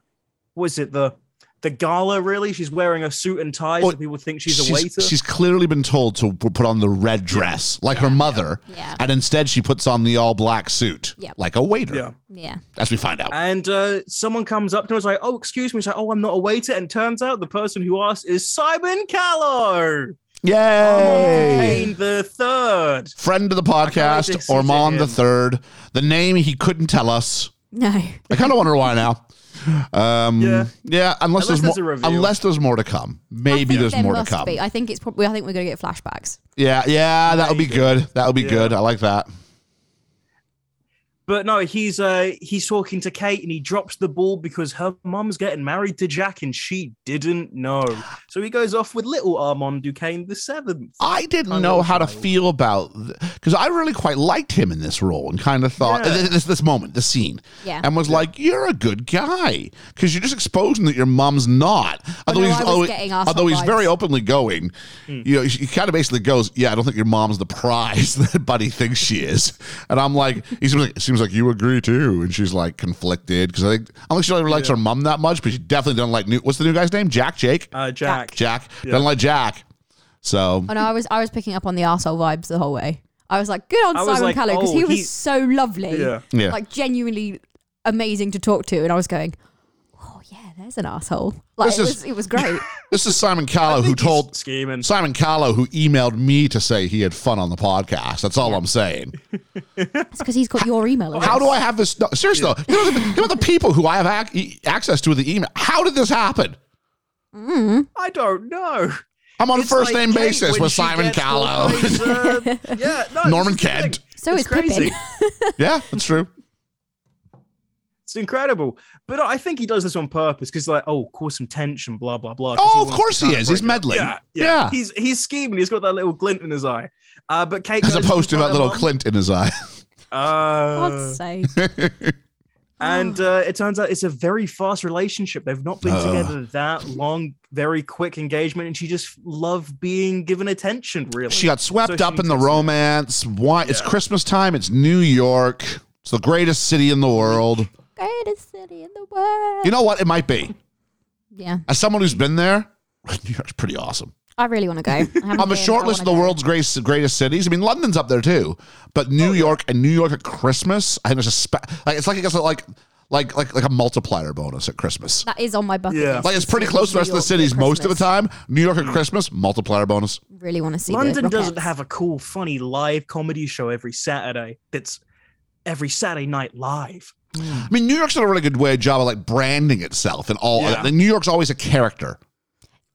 C: was it the the gala really? She's wearing a suit and tie
D: Well,
C: so people think she's, a waiter.
D: she's clearly been told to p- put on the red dress, like her mother,
E: Yeah.
D: and instead she puts on the all black suit,
E: Yep.
D: like a waiter.
C: yeah.
E: yeah,
D: As we find out.
C: And uh someone comes up to her and is like, Oh, excuse me. She's like, Oh, I'm not a waiter. And turns out the person who asked is Simon Callow.
D: Yay!
C: Kane the third.
D: Friend of the
C: wait to
D: podcast,
C: see
D: Ormond the
C: him.
D: Third. The name he couldn't tell us.
E: no,
D: I kind of wonder why now. Um, yeah.
C: Yeah. Unless
D: unless, there's,
C: there's
D: more,
C: a reveal.
D: unless there's more to come. Maybe
E: I think
D: there's
E: there
D: more to
E: must
D: come.
E: Be. I think it's probably. I think we're gonna get flashbacks.
D: Yeah, yeah, that would be good. That would be good. I like that.
C: But no, he's uh he's talking to Kate and he drops the ball because her mum's getting married to Jack and she didn't know. So he goes off with little Armand Duquesne the seventh.
D: I didn't
C: Kind
D: know
C: of
D: how to
C: child.
D: feel about because I really quite liked him in this role and kind of thought
C: Yeah.
D: this, this this moment, the scene,
E: Yeah.
D: and was like, "You're a good guy," because you're just exposing that your mom's not. Although
E: no,
D: he's
E: I was
D: although,
E: getting asshole
D: although he's
E: vibes.
D: very openly going,
C: Hmm.
D: you know, he kind of basically goes, "Yeah, I don't think your mom's the prize that Buddy thinks she is," and I'm like, "He seems like seems like you agree too," and she's like conflicted because I think I don't think she really likes her mom that much, but she definitely doesn't like new. What's the new guy's name? Jack, Jake,
C: Uh Jack.
D: Jack doesn't like Jack. So
E: Oh no, I was I was picking up on the arsehole vibes the whole way. I was like, good on
C: I was
E: Simon
C: like,
E: Callow because
C: oh,
E: he was
C: he-
E: so lovely,
C: Yeah.
D: Yeah.
E: like genuinely amazing to talk to, and I was going, oh yeah, there's an asshole. Like
D: This
E: it
D: is-
E: was, it was great.
D: This is Simon Callow who told
C: scheming.
D: Simon Callow who emailed me to say he had fun on the podcast. That's all I'm saying.
E: That's because he's got your email. address.
D: How do I have this? No, seriously, though, you know, the, you know the people who I have ac- e- access to with the email. How did this happen?
E: Mm-hmm.
C: I don't know.
D: I'm on
C: It's
D: first
C: like
D: name
C: Kate
D: basis
C: when
D: with
C: she
D: Simon
C: gets
D: Callow.
C: Hawkeye's, uh, yeah, no,
D: Norman
C: this is the thing.
D: Kent.
E: So
C: It's
E: is Pippin.
D: yeah, that's true.
C: It's incredible. But I think he does this on purpose because, like, oh, cause some tension, blah blah blah. 'cause he
D: Oh, of
C: wants
D: course
C: to
D: he
C: kind
D: is.
C: of
D: He's
C: break up.
D: meddling.
C: Yeah,
D: Yeah.
C: yeah, He's he's scheming. He's got that little glint in his eye. Uh, but Kate,
D: As
C: goes
D: opposed to
C: in
D: that
C: front
D: little
C: of
D: Clint in his eye.
C: mum, uh,
E: God's sake.
C: and uh, it turns out it's a very fast relationship. They've not been
D: Ugh.
C: together that long. Very quick engagement, and she just loved being given attention. Really,
D: She got swept
C: So
D: up
C: she
D: in the
C: just-
D: romance. Why? It's Christmas time. It's New York. It's the greatest city in the world.
E: greatest city in the world.
D: You know what? It might be.
E: Yeah.
D: As someone who's been there, New York's pretty awesome.
E: I really want to go. I haven't
D: On the
E: been,
D: short
E: I
D: list of
E: wanna
D: the
E: go.
D: world's greatest greatest cities, I mean London's up there too, but
E: Oh,
D: New York and New York at Christmas, I think it's a spe- like it's like it gets like like like like a multiplier bonus at Christmas.
E: That is on my bucket
C: Yeah.
E: list.
D: like it's
E: to
D: pretty
E: see
D: close to the
E: New
D: rest of the
E: York at
D: cities most of the
E: Christmas.
D: time. New York at Christmas, multiplier bonus.
E: Really want to see the
C: London doesn't
E: Rockettes.
C: have a cool, funny live comedy show every Saturday. That's every Saturday night live.
D: I mean, New York's done a really good way job of like branding itself and all.
C: Yeah.
D: like, New York's always a character.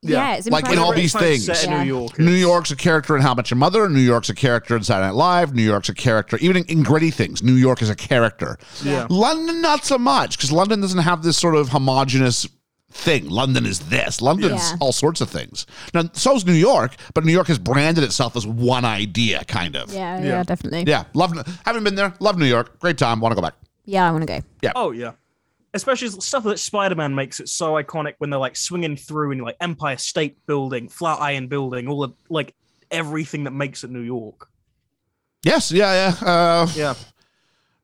E: Yeah, it's
D: Like, in
E: impressive.
D: all
C: Every
D: these
C: time it's
D: things.
C: set in
E: Yeah.
C: New York.
D: New
C: it's-
D: York's a character in How Much Your Mother. New York's a character in Saturday Night Live. New York's a character even in, in gritty things. New York is a character.
C: Yeah.
D: London, not so much because London doesn't have this sort of homogenous thing. London is this. London's
E: Yeah.
D: all sorts of things. Now, so's New York, but New York has branded itself as one idea, kind of.
E: Yeah, yeah,
C: Yeah.
E: definitely. Yeah,
D: Yeah. Love. Haven't been there. Love New York. Great time. Want to go back.
E: I want to go.
C: Oh yeah. Especially stuff that Spider-Man makes it so iconic when they're like swinging through and like Empire State Building, Flatiron Building, all the like everything that makes it New York.
D: Yes. Yeah. Yeah. Uh,
C: Yeah.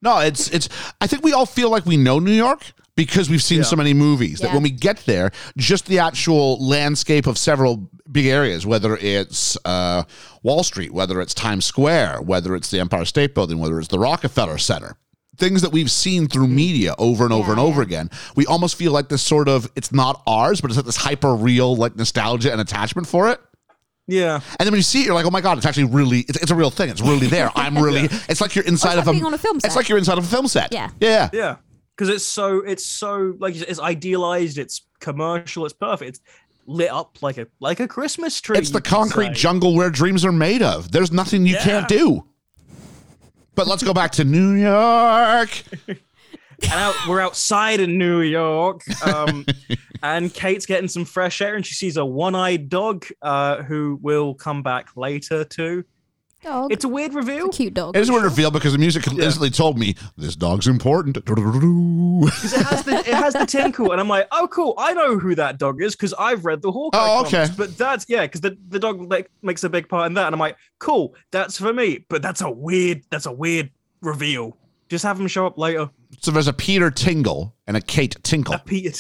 D: No, it's it's. I think we all feel like we know New York because we've seen
C: Yeah.
D: so many movies that
E: Yeah.
D: when we get there, just the actual landscape of several big areas, whether it's uh, Wall Street, whether it's Times Square, whether it's the Empire State Building, whether it's the Rockefeller Center. Things that we've seen through media over and over
E: Yeah,
D: and over again, we almost feel like this sort of it's not ours, but it's like this hyper real like nostalgia and attachment for it.
C: Yeah.
D: And then when you see it, you're like, oh my god, it's actually really, it's, it's a real thing. It's really there. I'm really. It's like you're inside
E: Oh, like
D: of a,
E: being on a film
D: It's
E: set.
D: like you're inside of a film set.
E: Yeah.
D: Yeah. yeah.
C: Yeah. Cause it's so it's so like you said, it's idealized, it's commercial, it's perfect. It's lit up like a like a Christmas tree.
D: It's the
C: you could
D: concrete
C: say.
D: jungle where dreams are made of. There's nothing you can't do. But let's go back to New York.
C: and out, we're outside in New York. Um, and Kate's getting some fresh air, and she sees a one-eyed dog uh, who will come back later too.
E: Dog.
C: It's a weird reveal.
E: cute dog.
D: It is a weird reveal because the music instantly told me this dog's important.
C: It has the it has the tinkle, and I'm like, oh cool, I know who that dog is because I've read the Hawkeye.
D: Oh,
C: comics."
D: okay.
C: But that's yeah, because the, the dog like makes a big part in that, and I'm like, cool, that's for me. But that's a weird that's a weird reveal. Just have him show up later.
D: so there's a Peter Tingle and a Kate Tinkle.
C: Peter.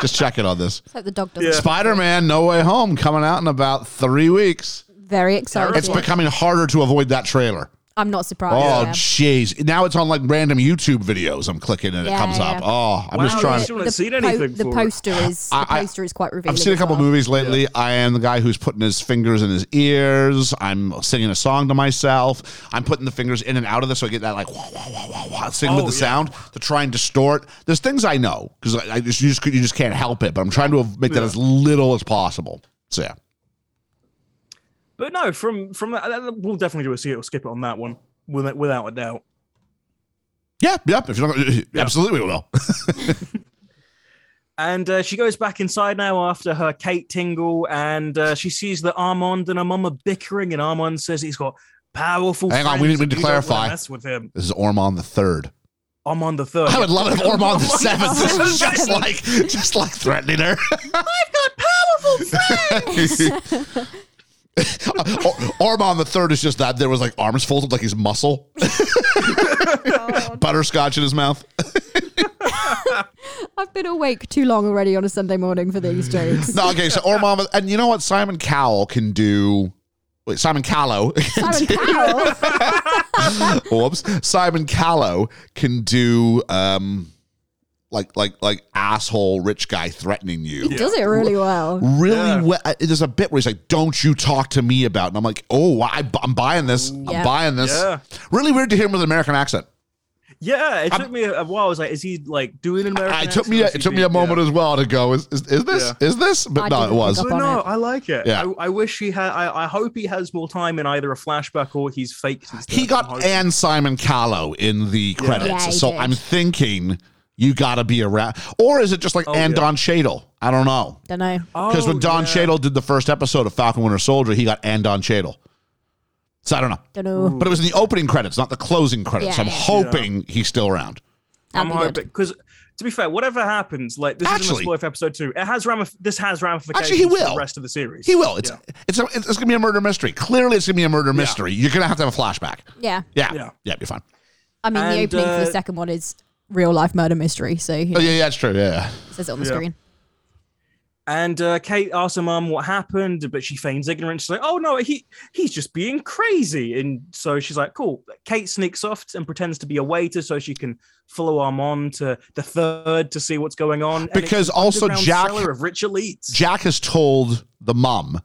D: Just check it on this.
E: It's like the dog does.
C: Yeah.
D: Spider Man No Way Home coming out in about three weeks.
E: Very excited.
D: It's becoming harder to avoid that trailer.
E: I'm not surprised.
D: Oh,
E: yeah.
D: jeez. Now it's on like random YouTube videos. I'm clicking and it
E: Yeah,
D: comes
E: yeah.
D: up. Oh, I'm just
C: Wow.
D: trying.
C: I still haven't seen anything
E: the
C: for it.
E: poster is the
D: I- I-
E: poster is quite revealing.
D: I've seen a
E: as
D: couple
E: well.
D: movies lately. I am the guy who's putting his fingers in his ears. I'm singing a song to myself. I'm putting the fingers in and out of this so I get that like wah, wah, wah, wah, wah, sing with
C: Oh,
D: the
C: yeah.
D: sound to try and distort. There's things I know because I, I just, you just you just can't help it. But I'm trying to make that as little as possible. So yeah,
C: But no, from from that, that- we'll definitely do a see it or skip it on that one without, without a doubt.
D: yeah, yeah. If you're not, gonna- absolutely will.
C: And uh, she goes back inside now after her Kate tingle, and uh, she sees that Armand and her mum are bickering, and Armand says he's got powerful.
D: Hang on, we
C: friends
D: need- we
C: and
D: need to
C: you don't wanna
D: clarify.
C: Mess with him.
D: this is Ormond the third.
C: Armand the third.
D: I would love it if Ormond the seventh. This is
C: God.
D: just like just like threatening her. Or- Ormond the third is just that there was like arms folded like his muscle, butterscotch in his mouth.
E: I've been awake too long already on a Sunday morning for these
D: Mm.
E: jokes.
D: No, okay, so Ormond and you know what Simon Cowell can do. Wait, Simon Callow.
E: Simon Cowell.
D: Whoops. Simon Callow can do um like like like asshole rich guy threatening you.
E: He does it really well.
D: Really
C: Yeah.
D: well. uh, There's a bit where he's like, "Don't you talk to me about," and I'm like, "Oh, I, am buying this. I'm
E: Yeah.
D: buying this."
C: Yeah.
D: Really weird to hear him with an American accent.
C: Yeah, it took me a a while. I was like, is he like doing an American?
D: I it took me a,
C: accent or
D: it
C: is
D: took
C: he
D: me a
C: being-
D: moment as well to go is is, is this is this but
E: I
D: no it
E: didn't
D: was
E: pick
C: Yeah.
E: up
C: But
E: on
C: no,
E: it.
C: I like it.
D: Yeah.
C: I, I wish he had. I, I hope he has more time in either a flashback or he's faked. his death.
D: he
C: I'm
D: got
C: hoping.
D: and Simon Callow in the credits
E: Yeah, he
D: so
E: did.
D: I'm thinking you got to be around or is it just like and
C: Oh, yeah.
D: Don Cheadle I don't know
E: Don't know.
D: because
C: Oh,
D: when Don
C: yeah.
D: Cheadle did the first episode of Falcon Winter Soldier he got and Don Cheadle so I don't know
E: Don't know.
D: but it was in the opening credits not the closing credits
E: Yeah,
D: so I'm
E: yeah.
D: hoping he's still around
C: I'm
E: That'd be good.
C: hoping because to be fair, whatever happens, like this is
D: Actually-
C: a spoiler for episode two. It has ramif- this has ramifications
D: Actually, he
C: for
D: will.
C: the rest of the series.
D: he will it's
C: Yeah.
D: it's, a, it's gonna be a murder mystery clearly it's gonna be a murder mystery you're gonna have to have a flashback
E: Yeah.
D: yeah yeah,
C: Yeah.
D: you're fine
E: I mean, the
C: And,
E: opening for
C: uh,
E: the second one is real life murder mystery, so you
D: oh,
E: know,
D: yeah yeah that's true yeah, yeah.
E: it says it on the
C: Yeah.
E: screen.
C: And uh, Kate asks her mum what happened, but she feigns ignorance. She's like, "Oh no, he he's just being crazy." And so she's like, "Cool." Kate sneaks off and pretends to be a waiter so she can follow Armand to the third to see what's going on. And it's
D: Because
C: an
D: also
C: underground
D: Jack-
C: cellar of rich elites.
D: Jack has told the mum,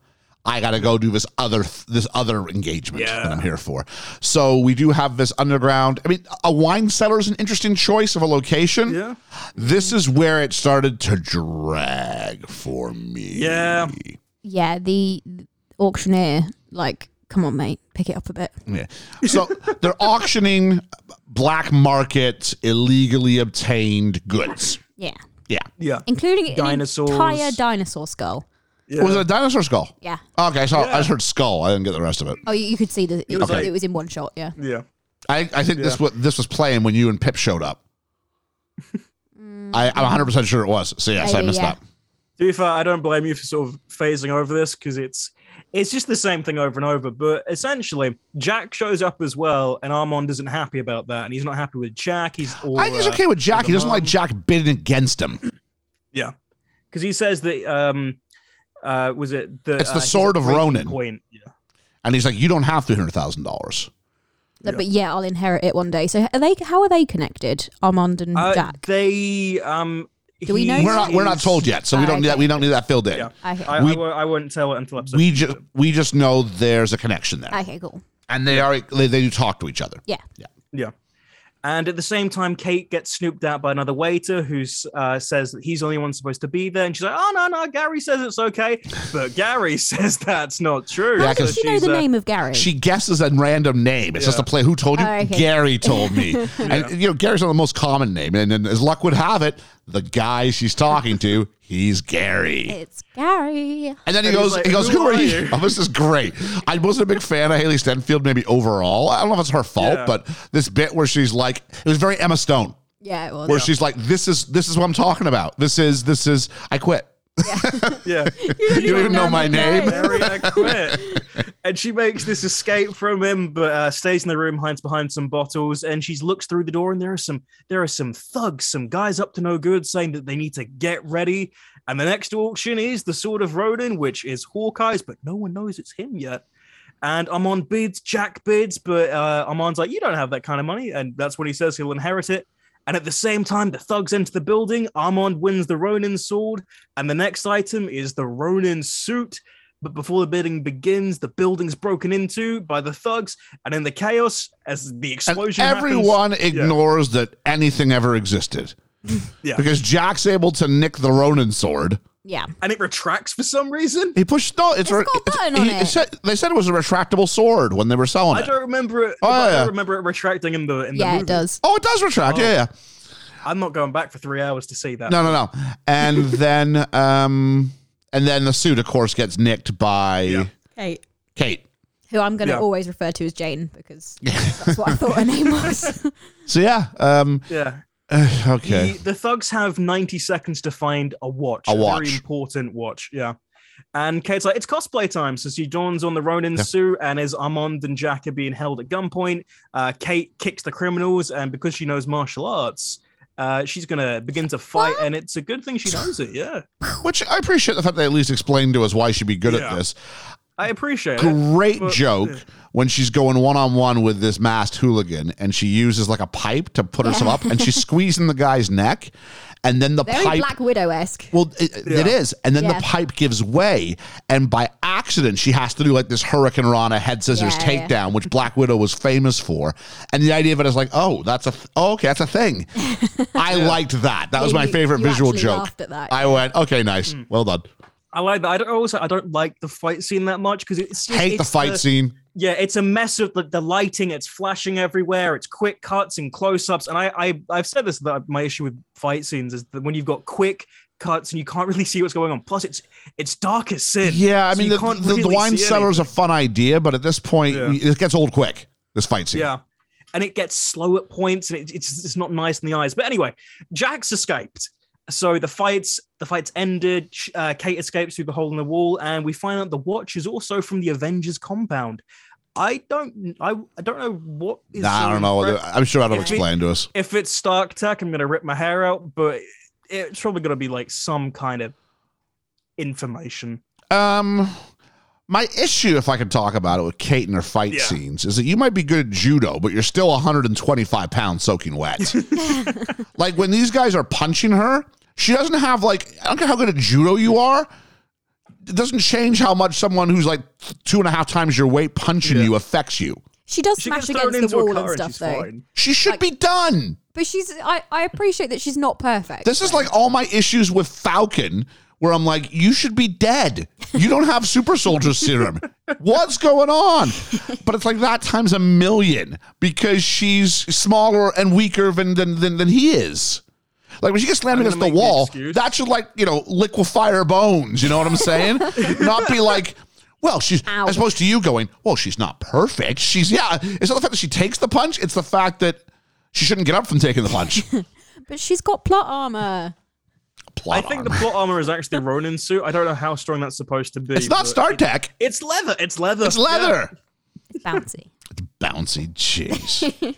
D: I got to go do this other this other engagement that I'm here for. So we do have this underground. I mean, a wine cellar is an interesting choice of a location.
C: Yeah.
D: This is where it started to drag for me.
C: Yeah.
E: Yeah, the auctioneer, like, come on, mate, pick it up a bit.
D: Yeah. So they're auctioning black market illegally obtained goods.
E: Yeah.
D: Yeah.
C: yeah,
E: Including
C: Dinosaurs.
E: an entire dinosaur skull.
C: yeah.
D: Was it a dinosaur skull?
E: Yeah.
D: Okay, so
C: Yeah.
D: I just heard skull. I didn't get the rest of it.
E: Oh, you, you could see that it,
C: It was
E: it
C: like-
E: was in one shot, yeah.
C: yeah.
D: I, I think this was this was playing when you and Pip showed up. I, I'm 100 percent sure it was. So yes, I
E: Maybe,
D: missed
E: Mm. yeah.
D: that.
C: To be fair, I don't blame you for sort of phasing over this because it's it's just the same thing over and over. But essentially, Jack shows up as well, and Armand isn't happy about that, and he's not happy with Jack. He's all,
D: I think he's
C: uh,
D: okay with Jack. He doesn't like
C: mom.
D: Jack bidding against him.
C: yeah, because he says that um, uh, was it the
D: It's the
C: uh, he's
D: sword
C: at
D: of
C: breaking
D: Ronin.
C: Point. Yeah.
D: And he's like, "You don't have three hundred thousand dollars."
E: Like,
C: Yeah.
E: But yeah, I'll inherit it one day. So are they? How are they connected, Armand and
C: Uh,
E: Jack?
C: They um,
E: Do we know
C: he
E: This
D: We're not we're not
C: is-
D: told yet, so we don't need that. We don't need that filled in.
C: Yeah.
E: Okay.
C: I,
D: We-
C: I, won't- I wouldn't tell it until episode.
D: We just we just know there's a connection there,
E: okay, cool.
D: and they are they, they do talk to each other.
E: Yeah.
C: Yeah. And at the same time, Kate gets snooped out by another waiter who uh, says that he's the only one supposed to be there. And she's like, oh, no, no, Gary says it's okay. But Gary says that's not true.
E: How
D: because
E: does she know the
C: uh,
E: name of Gary?
D: She guesses a random name. It's just a
C: Yeah.
D: play. Who told you?
E: Oh, okay.
D: Gary told me. And you know, Gary's not the most common name. And, and as luck would have it, the guy she's talking to, he's Gary.
E: it's Gary.
D: And then
C: And
D: he
C: he's
D: goes,
C: like,
D: he goes,
C: "Who
D: who, are,
C: are
D: you?
C: you?"
D: Oh, this is great. I wasn't a big fan of Haley Stenfield, maybe overall. I don't know if it's her fault,
C: Yeah.
D: but this bit where she's like, it was very Emma Stone,
E: Yeah, it was.
D: where she's like, this is this is what I'm talking about. This is this is I quit.
C: Yeah.
D: You, don't even know my name.
C: Gary, I quit. And she makes this escape from him, but uh, stays in the room, hides behind some bottles, and she looks through the door, and there are some there are some thugs, some guys up to no good, saying that they need to get ready. And the next auction is the Sword of Rodin, which is Hawkeye's, but no one knows it's him yet. And Armand bids, Jack bids, but uh, Armand's like, "You don't have that kind of money," and that's when he says he'll inherit it. And at the same time, the thugs enter the building. Armand wins the Ronin sword, and the next item is the Ronin suit. But before the bidding begins, the building's broken into by the thugs, and in the chaos, as the
D: And
C: explosion, happens-
D: everyone ignores that anything ever existed.
C: Yeah.
D: Because Jack's able to nick the Ronin sword.
E: yeah.
C: and it retracts for some reason.
D: He pushed no, it's,
E: It's got a button on
D: he-
E: it.
D: said- they said it was a retractable sword when they were selling
C: I
D: it.
C: don't remember it.
D: Oh,
C: I
D: yeah.
C: don't remember it retracting in the in the
E: Yeah,
C: movie.
E: it does.
D: Oh, it does retract. Yeah, yeah.
C: I'm not going back for three hours to see that.
D: No, no, no. And then um and then the suit of course gets nicked by
C: Yeah.
E: Kate.
D: Kate.
E: Who I'm going to
C: Yeah.
E: always refer to as Jane because that's what I thought her name was.
D: So yeah, um
C: Yeah.
D: okay.
C: The, the thugs have 90 seconds to find a watch.
D: A watch.
C: Very important watch. Yeah. And Kate's like, it's cosplay time. So she dawns on the Ronin
D: Yeah.
C: suit and as Armand and Jack are being held at gunpoint, uh, Kate kicks the criminals. And because she knows martial arts, uh, she's going to begin to fight. And it's a good thing she knows it. Yeah.
D: Which I appreciate the fact they at least explained to us why she'd be good at
C: Yeah.
D: this.
C: I appreciate it.
D: Great
C: But-
D: joke when she's going one on one with this masked hooligan and she uses like a pipe to put herself up and she's squeezing the guy's neck and then the
E: Very
D: pipe
E: Black Widow esque.
D: Well, it, it is. And then
E: Yeah.
D: the pipe gives way. And by accident, she has to do like this Hurricane Rana head scissors
E: Yeah, yeah.
D: takedown, which Black Widow was famous for. And the idea of it is like, oh, that's a, th- oh, okay, that's a thing. I liked that. That was
E: Yeah,
D: my
E: you-
D: favorite
E: you
D: visual
E: actually
D: joke.
E: laughed at that,
D: I went, okay, nice.
E: Mm.
D: Well done.
C: I like that. I don't also, I don't like the fight scene that much because it's just,
D: Hate the
C: it's
D: fight scene.
C: Yeah, it's a mess of the, the lighting. It's flashing everywhere. It's quick cuts and close-ups. And I, I I've said this that my issue with fight scenes is that when you've got quick cuts and you can't really see what's going on. Plus, it's it's dark as sin.
D: Yeah, I
C: so
D: mean,
C: you
D: the,
C: can't
D: the, the
C: really
D: wine
C: see
D: cellar is a fun idea, but at this point,
C: Yeah.
D: we- it gets old quick, this fight scene.
C: Yeah. And it gets slow at points and it, it's it's not nice in the eyes. But anyway, Jack's escaped. So the fights the fights ended. Sh- Uh, Kate escapes through the hole in the wall, and we find out the watch is also from the Avengers compound. I don't I, I don't know what is
D: Nah, I don't know.
C: the-
D: I'm sure that'll
C: If it-
D: explain to us.
C: if it's Stark Tech, I'm gonna rip my hair out, but it's probably gonna be like some kind of information.
D: Um, my issue, if I can talk about it with Kate and her fight
C: Yeah.
D: scenes, is that you might be good at judo, but you're still 125 pounds soaking wet. like when these guys are punching her, she doesn't have like I don't care how good at judo you are. It doesn't change how much someone who's like two and a half times your weight punching you affects you.
E: She does
C: She
E: smash
C: gets thrown
E: against
C: into
E: the
C: a
E: wall
C: car and,
E: and stuff,
C: she's
E: though.
C: fine.
D: She should be done.
E: But she's, I, I appreciate that she's not perfect.
D: This is like all my issues with Falcon, where I'm like, you should be dead. You don't have super soldier serum. What's going on? But it's like that times a million because she's smaller and weaker than than than, than he is. Like when she gets slammed
C: I'm
D: against
C: gonna
D: the
C: make the
D: wall,
C: excuse.
D: that should like you know liquefy her bones. You know what I'm saying? Not be like. Well, she's
E: Ow.
D: as opposed to you going, well, she's not perfect. She's yeah. It's not the fact that she takes the punch; it's the fact that she shouldn't get up from taking the punch.
E: but she's got plot armor.
D: Plot
C: I think the
D: armor.
C: plot armor is actually Ronin's suit. I don't know how strong that's supposed to be.
D: It's not
C: but
D: Star Trek.
C: It's leather. It's leather.
D: It's leather.
E: It's bouncy.
D: Bouncy jeez.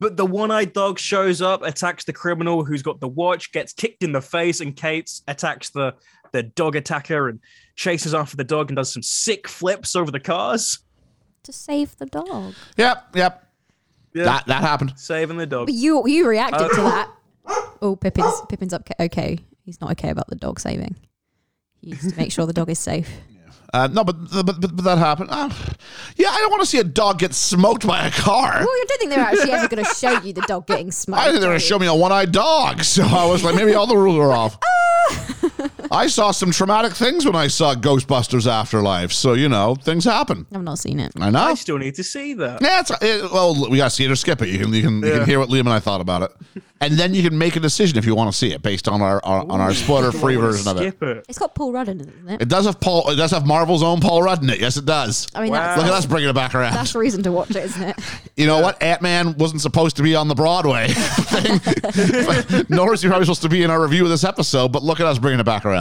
C: But the one-eyed dog shows up, attacks the criminal who's got the watch, gets kicked in the face, and Kate attacks the the dog attacker and chases after the dog and does some sick flips over the cars.
E: to save the dog.
D: yep, yep.
C: Yeah.
D: That that happened.
C: Saving the dog.
E: But you you reacted
C: Uh,
E: to that. Oh, Pippin's Pippin's up. Okay, he's not okay about the dog saving. He needs to make sure the dog is safe.
D: Uh, no, but, but but but that happened. Uh, yeah, I don't want to see a dog get smoked by a car.
E: Well, I don't think they're actually ever going to show you the dog getting smoked.
D: I think they're
E: are
D: gonna
E: you?
D: show me a one-eyed dog, so I was like, maybe all the rules are off. I saw some traumatic things when I saw Ghostbusters Afterlife, so you know things happen.
E: I've not seen it.
D: I know.
C: I still need to see that.
D: Yeah, it's, it, well, we gotta see it or skip it. You can you can, you
C: Yeah.
D: can hear what Liam and I thought about it, and then you can make a decision if you want to see it based on our, our on our spoiler-free
C: I wanna
D: version of it.
C: Skip it.
E: It's got Paul Rudd in it, isn't it?
D: It does have Paul. It does have Marvel's own Paul Rudd in it. Yes, it does.
E: I mean,
C: Wow.
E: that's,
D: Look at
E: that's,
D: us bringing it back around.
E: that's the reason to watch it, isn't it?
D: you know what? Ant Man wasn't supposed to be on the Broadway thing, nor is he probably supposed to be in our review of this episode. But look at us bringing it back around.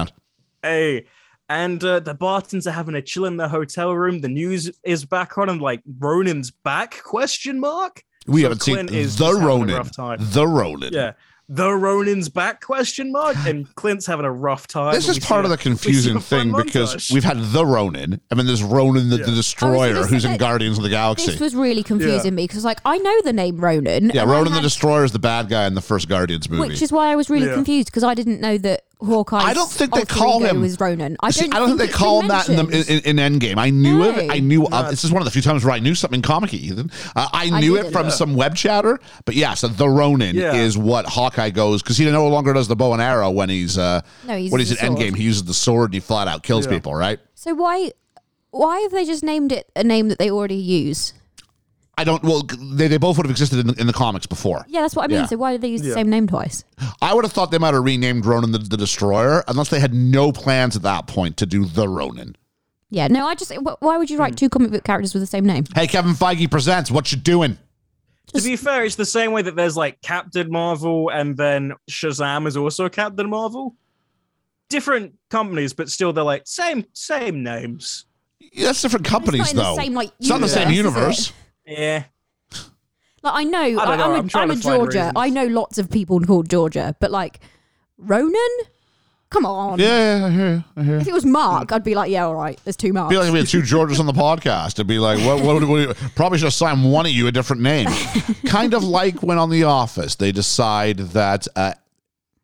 C: Hey, and uh, the Bartons are having a chill in their hotel room. The news is back on, and like Ronin's back? Question mark.
D: We
C: So
D: haven't
C: Clint
D: seen
C: is
D: the
C: just having a
D: Ronin.
C: rough time.
D: The Ronin.
C: Yeah. The Ronin's back? Question mark. And Clint's having a rough time.
D: This
C: but
D: is
C: we see
D: part of
C: a- we see
D: the
C: a
D: confusing
C: fun
D: thing because
C: montage.
D: we've had the Ronin, and then there's Ronin the, the Destroyer,
E: gonna say
D: who's in
E: that-
D: Guardians of the
E: This
D: Galaxy.
E: was really confusing me because, like, I know the name Ronan.
D: Yeah,
E: and I
D: Ronin the
E: had-
D: Destroyer is the bad guy in the first Guardians movie.
E: which is why I was really
C: Yeah.
E: confused because I didn't know that Hawkeye.
D: I don't think they call him-
E: was Ronan. I don't,
D: See, I don't think they
E: it's
D: call
E: been
D: him that in, the,
E: mentioned.
D: in, in Endgame. I knew it.
E: No.
D: I knew. Uh, this is one of the few times where I knew something comic Ethan. Uh, I
E: I
D: knew it
E: didn't.
D: from some web chatter. But yeah, so the Ronin
C: Yeah.
D: is what Hawkeye goes because he no longer does the bow and arrow when he's uh,
E: No, he
D: when he's
E: uses
D: in
E: the sword.
D: Endgame. He uses the sword and he flat out kills
C: Yeah.
D: people. Right?
E: So why why have they just named it a name that they already use?
D: I don't. Well, they, they both would have existed in, the- in the comics before.
E: Yeah, that's what I mean.
D: Yeah.
E: So why did they use the
C: Yeah.
E: same name twice?
D: I would have thought they might have renamed Ronin the, the Destroyer unless they had no plans at that point to do the Ronin.
E: Yeah, no, I just wh- why would you
C: Hmm.
E: write two comic book characters with the same name?
D: Hey, Kevin Feige presents. What you doing?
C: To be fair, it's the same way that there's like Captain Marvel and then Shazam is also Captain Marvel. Different companies, but still they're like same same names.
D: Yeah, That's different companies,
E: it's not in
D: though.
E: the same like
D: it's not the same
E: universe, is it?
D: universe.
C: Yeah.
E: Like I know, I
C: don't know,
E: am
C: I'm
E: a,
C: trying
E: I'm a
C: to find
E: Georgia.
C: reasons.
E: I know lots of people called Georgia, but like Ronan, come on.
D: Yeah, yeah, I hear you. I hear you.
E: If it was
C: Hmm.
E: Mark, I'd be like, yeah, all right, there's two Marks.
D: It'd be like if we had two Georges on the podcast. It'd be like, what? What? what, what probably should assign one of you a different name. kind of like when on The Office they decide that uh,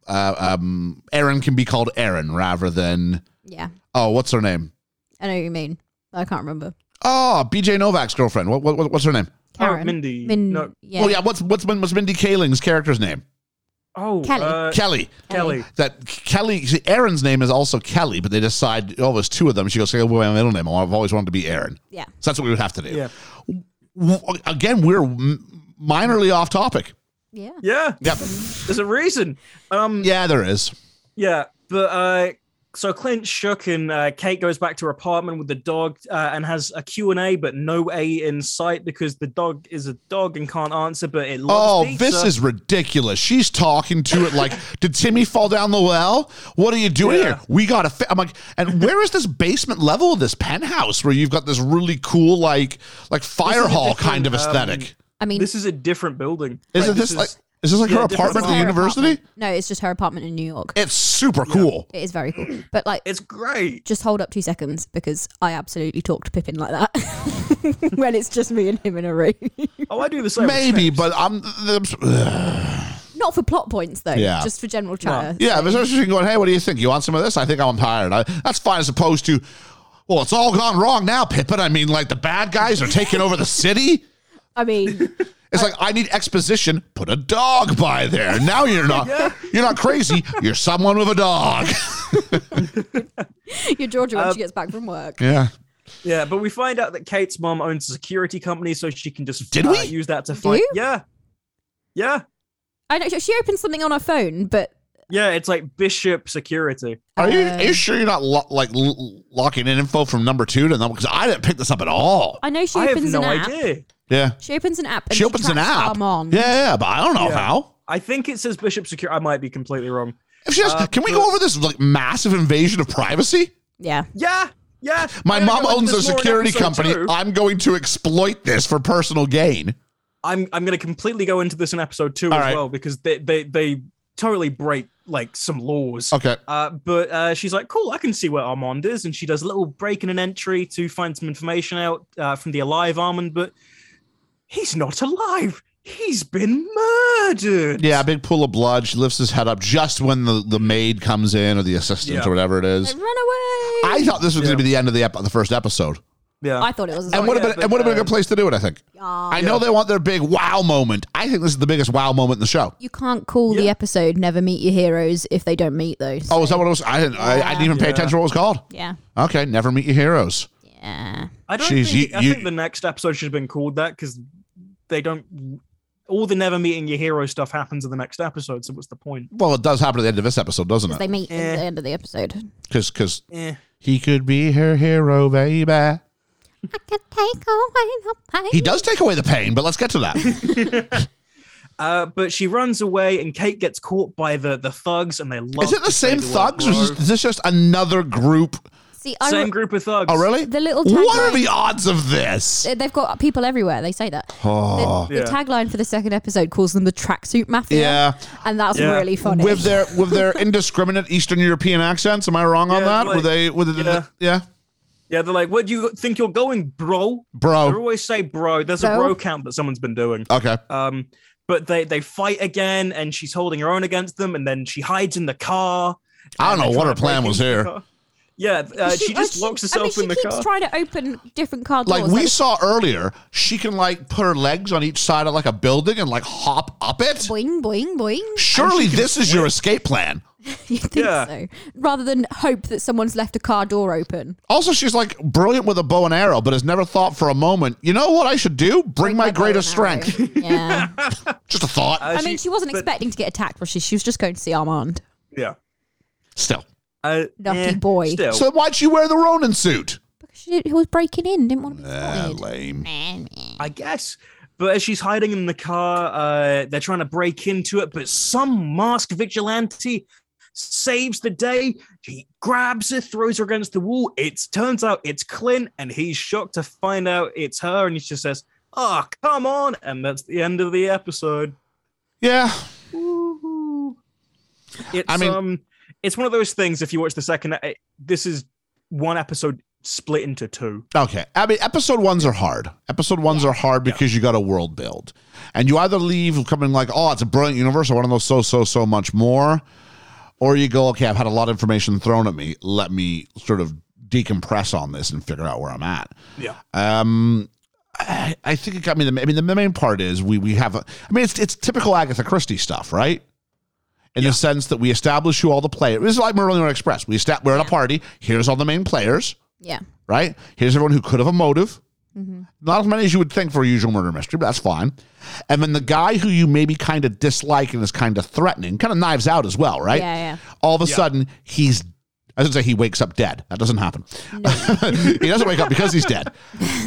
D: uh, um, Aaron can be called Aaron rather than
E: yeah,
D: oh, what's her name?
E: I know what you mean. I can't remember.
D: Oh, BJ Novak's girlfriend. What? what what's her name?
E: Karen,
C: Oh, Mindy.
E: Min-
C: no.
E: yeah.
D: Oh yeah, what's what's what's Mindy Kaling's character's name?
C: Oh,
E: Kelly.
C: uh,
D: Kelly.
C: Kelly.
D: That Kelly. See, Aaron's name is also Kelly, but they decide oh, there's two of them. She goes, "Okay, well, my middle name. I've always wanted to be Aaron."
E: yeah.
D: So that's what we would have to do.
C: Yeah.
D: W- Again, we're m- minorly off topic.
E: yeah,
C: Yeah.
D: Yep.
C: There's a reason. Um
D: yeah, there is.
C: yeah, but uh so Clint shook and uh, Kate goes back to her apartment with the dog uh, and has a Q&A but no A in sight because the dog is a dog and can't answer but it
D: Oh,
C: loves pizza.
D: this is ridiculous. She's talking to it like, did Timmy fall down the well? What are you doing
C: Yeah.
D: here? We got to. Fi-. I'm like, and where is this basement level of this penthouse where you've got this really cool like like fire
C: a
D: hall kind of
C: different, um,
D: aesthetic?
E: I mean,
C: This is a different building.
D: Isn't
C: Like,
D: this, like Is this like
C: Yeah,
D: her
C: different
D: apartment at the
E: Her
D: university?
E: apartment. No, it's just her apartment in New York.
D: It's super cool.
E: It is very cool. But like,
C: It's great.
E: just hold up two seconds because I absolutely talk to Pippin like that when it's just me and him in a room.
C: Oh, I do the same. with
D: Maybe,
C: Snaps.
D: but I'm.
E: Not for plot points though.
D: Yeah.
E: Just for general chatter.
D: Yeah, if it's interesting going, hey, what do you think? You want some of this? I think I'm tired. I, that's fine as opposed to, well, it's all gone wrong now, Pippin. I mean, like the bad guys are taking over the city.
E: I mean,
D: It's like I need exposition. Put a dog by there. Now you're not you're not crazy. You're someone with a dog.
E: you're Georgia
C: Um,
E: when she gets back from work.
D: Yeah.
C: yeah, but we find out that Kate's mom owns a security company, so she can just
D: Did
C: uh,
D: we?
C: use that to fight.
E: you?
C: Yeah, yeah,
E: I know she opens something on her phone, but
C: yeah. It's like Bishop Security.
D: Are you, are you sure you're not lo- like l- locking in info from number two to number? Because I didn't pick this up at all.
E: I know she
C: I have
E: opens
C: no
E: an app.
C: idea.
D: Yeah.
E: She opens an app. And
D: She opens an
E: tracks
D: app.
E: Our mom.
D: Yeah, yeah, but I don't know
C: Yeah.
D: how.
C: I think it says Bishop Security. I might be completely wrong.
D: If she has,
C: Uh,
D: can we go
C: but-
D: over this like massive invasion of privacy?
E: Yeah.
C: Yeah, yeah.
D: My
C: I'm gonna
D: mom
C: go into
D: owns a
C: this more in
D: security
C: episode
D: company.
C: two.
D: I'm going to exploit this for personal gain.
C: I'm I'm going to completely go into this in episode two
D: All
C: as
D: right.
C: well because they they they totally break like some laws.
D: Okay.
C: Uh, but uh, she's like, cool, I can see where Armand is. And she does a little break and an entry to find some information out uh, from the alive Armand, but he's not alive. He's been murdered.
D: Yeah, big pool of blood. She lifts his head up just when the, the maid comes in or the assistant
C: Yeah.
D: or whatever it is.
E: Like, run away.
D: I thought this was going
C: Yeah.
D: to be the end of the, ep- the first episode.
C: Yeah.
E: I thought it was.
D: And would have
C: yeah,
D: been,
C: but,
D: it would have been a
C: uh,
D: good place to do it, I think. I know they want their big wow moment. I think this is the biggest wow moment in the show.
E: you can't call the
C: Yeah.
E: episode "Never Meet Your Heroes" if they don't meet those.
D: Oh, is that what it was? I didn't, I, I didn't even pay
C: Yeah.
D: attention to what it was called.
E: Yeah.
D: Okay, never meet your heroes.
E: Yeah.
C: I don't
D: Jeez,
C: think,
D: you-
C: I
D: you-
C: think the next episode should have been called that because they don't. All the never meeting your hero stuff happens in the next episode. So what's the point?
D: Well, it does happen at the end of this episode, doesn't
E: Because
D: it?
E: they meet
C: Eh.
E: at the end of the episode.
D: Because because
C: Eh.
D: he could be her hero, baby.
E: I can take away the pain.
D: He does take away the pain, but let's get to that.
C: Uh, but she runs away, and Kate gets caught by the the thugs, and they love.
D: is it
C: to
D: the same
C: say the word
D: thugs, or is
C: bro.
D: this- is this just another group?
E: See, I
C: same group of thugs?
D: Oh, really?
E: The little
D: What
E: tagline-
D: are the odds of this?
E: They've got people everywhere. They say that.
D: Oh.
E: The,
C: Yeah.
E: the tagline for the second episode calls them the tracksuit mafia.
D: Yeah.
E: and that's
C: Yeah.
E: really funny.
D: With their with their indiscriminate Eastern European accents, am I wrong on
C: Yeah,
D: that?
C: like-
D: Were they? Were they yeah.
C: Yeah. Yeah, they're like, "Where do you think you're going, bro?" They
D: bro.
C: always say bro. There's a
E: Bro?
C: bro count that someone's been doing.
D: Okay.
C: Um, but they they fight again, and she's holding her own against them, and then she hides in the car.
D: I don't
C: and
D: know
C: they
D: what
C: try
D: her
C: to
D: plan
C: break
D: was
C: into the
D: here.
C: car. Yeah, uh, she, just locks
E: I mean,
C: herself
E: she
C: in the
E: keeps
C: car.
E: trying to open different car doors.
D: Like we saw earlier, she can like put her legs on each side of like a building and like hop up it.
E: boing boing boing.
D: Surely this is your escape plan.
E: You think
C: Yeah.
E: so? Rather than hope that someone's left a car door open.
D: Also, she's like brilliant with a bow and arrow, but has never thought for a moment, you know what I should do? Bring my
E: Like, I
D: greatest
E: don't know.
D: strength.
E: Yeah.
D: Just a thought.
C: Uh,
E: I mean, she wasn't
C: but-
E: expecting to get attacked, was she? She was just going to see Armand.
C: Yeah.
D: Still.
C: Uh,
E: Naughty
C: eh,
E: boy.
C: Still.
D: So why'd she wear the Ronin suit?
E: Because she he was breaking in, didn't want to be
D: Ah,
E: spotted.
D: lame.
C: I guess. But as she's hiding in the car, uh, they're trying to break into it, but some masked vigilante saves the day. He grabs her, throws her against the wall. It turns out it's Clint, and he's shocked to find out it's her, and he just says, Oh, come on. And that's the end of the episode.
D: Yeah.
C: It's,
D: I mean-
C: um, it's one of those things. If you watch the second, eh, this is one episode split into two.
D: Okay. I mean, episode ones are hard. Episode ones are hard because you got a world build. And you either leave coming like, oh, it's a brilliant universe. I want to know so, so, so much more. Or you go, okay, I've had a lot of information thrown at me. Let me sort of decompress on this and figure out where I'm at.
C: Yeah.
D: Um, I, I think it got me. The, I mean, the main part is we we have. A, I mean, it's it's typical Agatha Christie stuff, right? In the sense that we establish who all the players. This is like Merlin Express. We sta- we're at a party. Here's all the main players,
E: Yeah.
D: right? Here's everyone who could have a motive.
E: Mm-hmm.
D: Not as many as you would think for a usual murder mystery, but that's fine. And then the guy who you maybe kind of dislike and is kind of threatening, kind of knives out as well, right?
E: Yeah, yeah.
D: All of a sudden, he's. I should say he wakes up dead. That doesn't happen. he doesn't wake up because he's dead.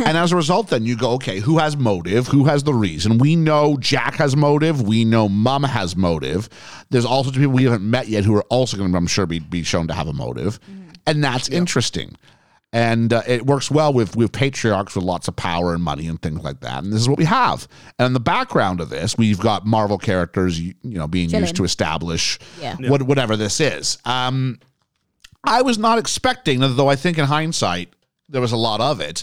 D: And as a result, then you go, okay, who has motive? Who has the reason? We know Jack has motive. We know Mum has motive. There's all sorts of people we haven't met yet who are also going to, I'm sure, be, be shown to have a motive. And that's interesting. and uh, it works well with with patriarchs with lots of power and money and things like that. And this is what we have. And in the background of this, we've got Marvel characters, you, you know, being
E: Chilling.
D: used to establish
E: Yeah.
D: what, whatever this is. Um, I was not expecting, though. I think in hindsight. There was a lot of it.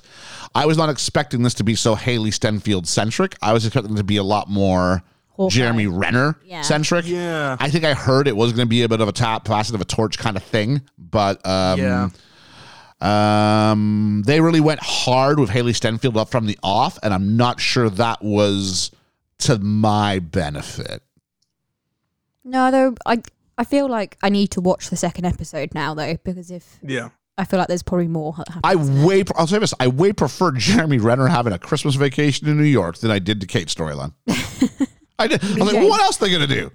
D: I was not expecting this to be so Haley Stenfield centric. I was expecting it to be a lot more
E: Hawkeye.
D: Jeremy Renner
E: Yeah.
D: centric.
C: Yeah.
D: I think I heard it was going to be a bit of a top facet of a torch kind of thing, but um,
C: yeah.
D: um, they really went hard with Haley Stenfield up from the off, and I'm not sure that was to my benefit.
E: No, though I I feel like I need to watch the second episode now though because if
C: Yeah.
E: I feel like there's probably more. that happens.
D: I way, I'll say this, I way prefer Jeremy Renner having a Christmas vacation in New York than I did the Kate storyline. I did. I was like,
E: Okay.
D: what else they gonna do?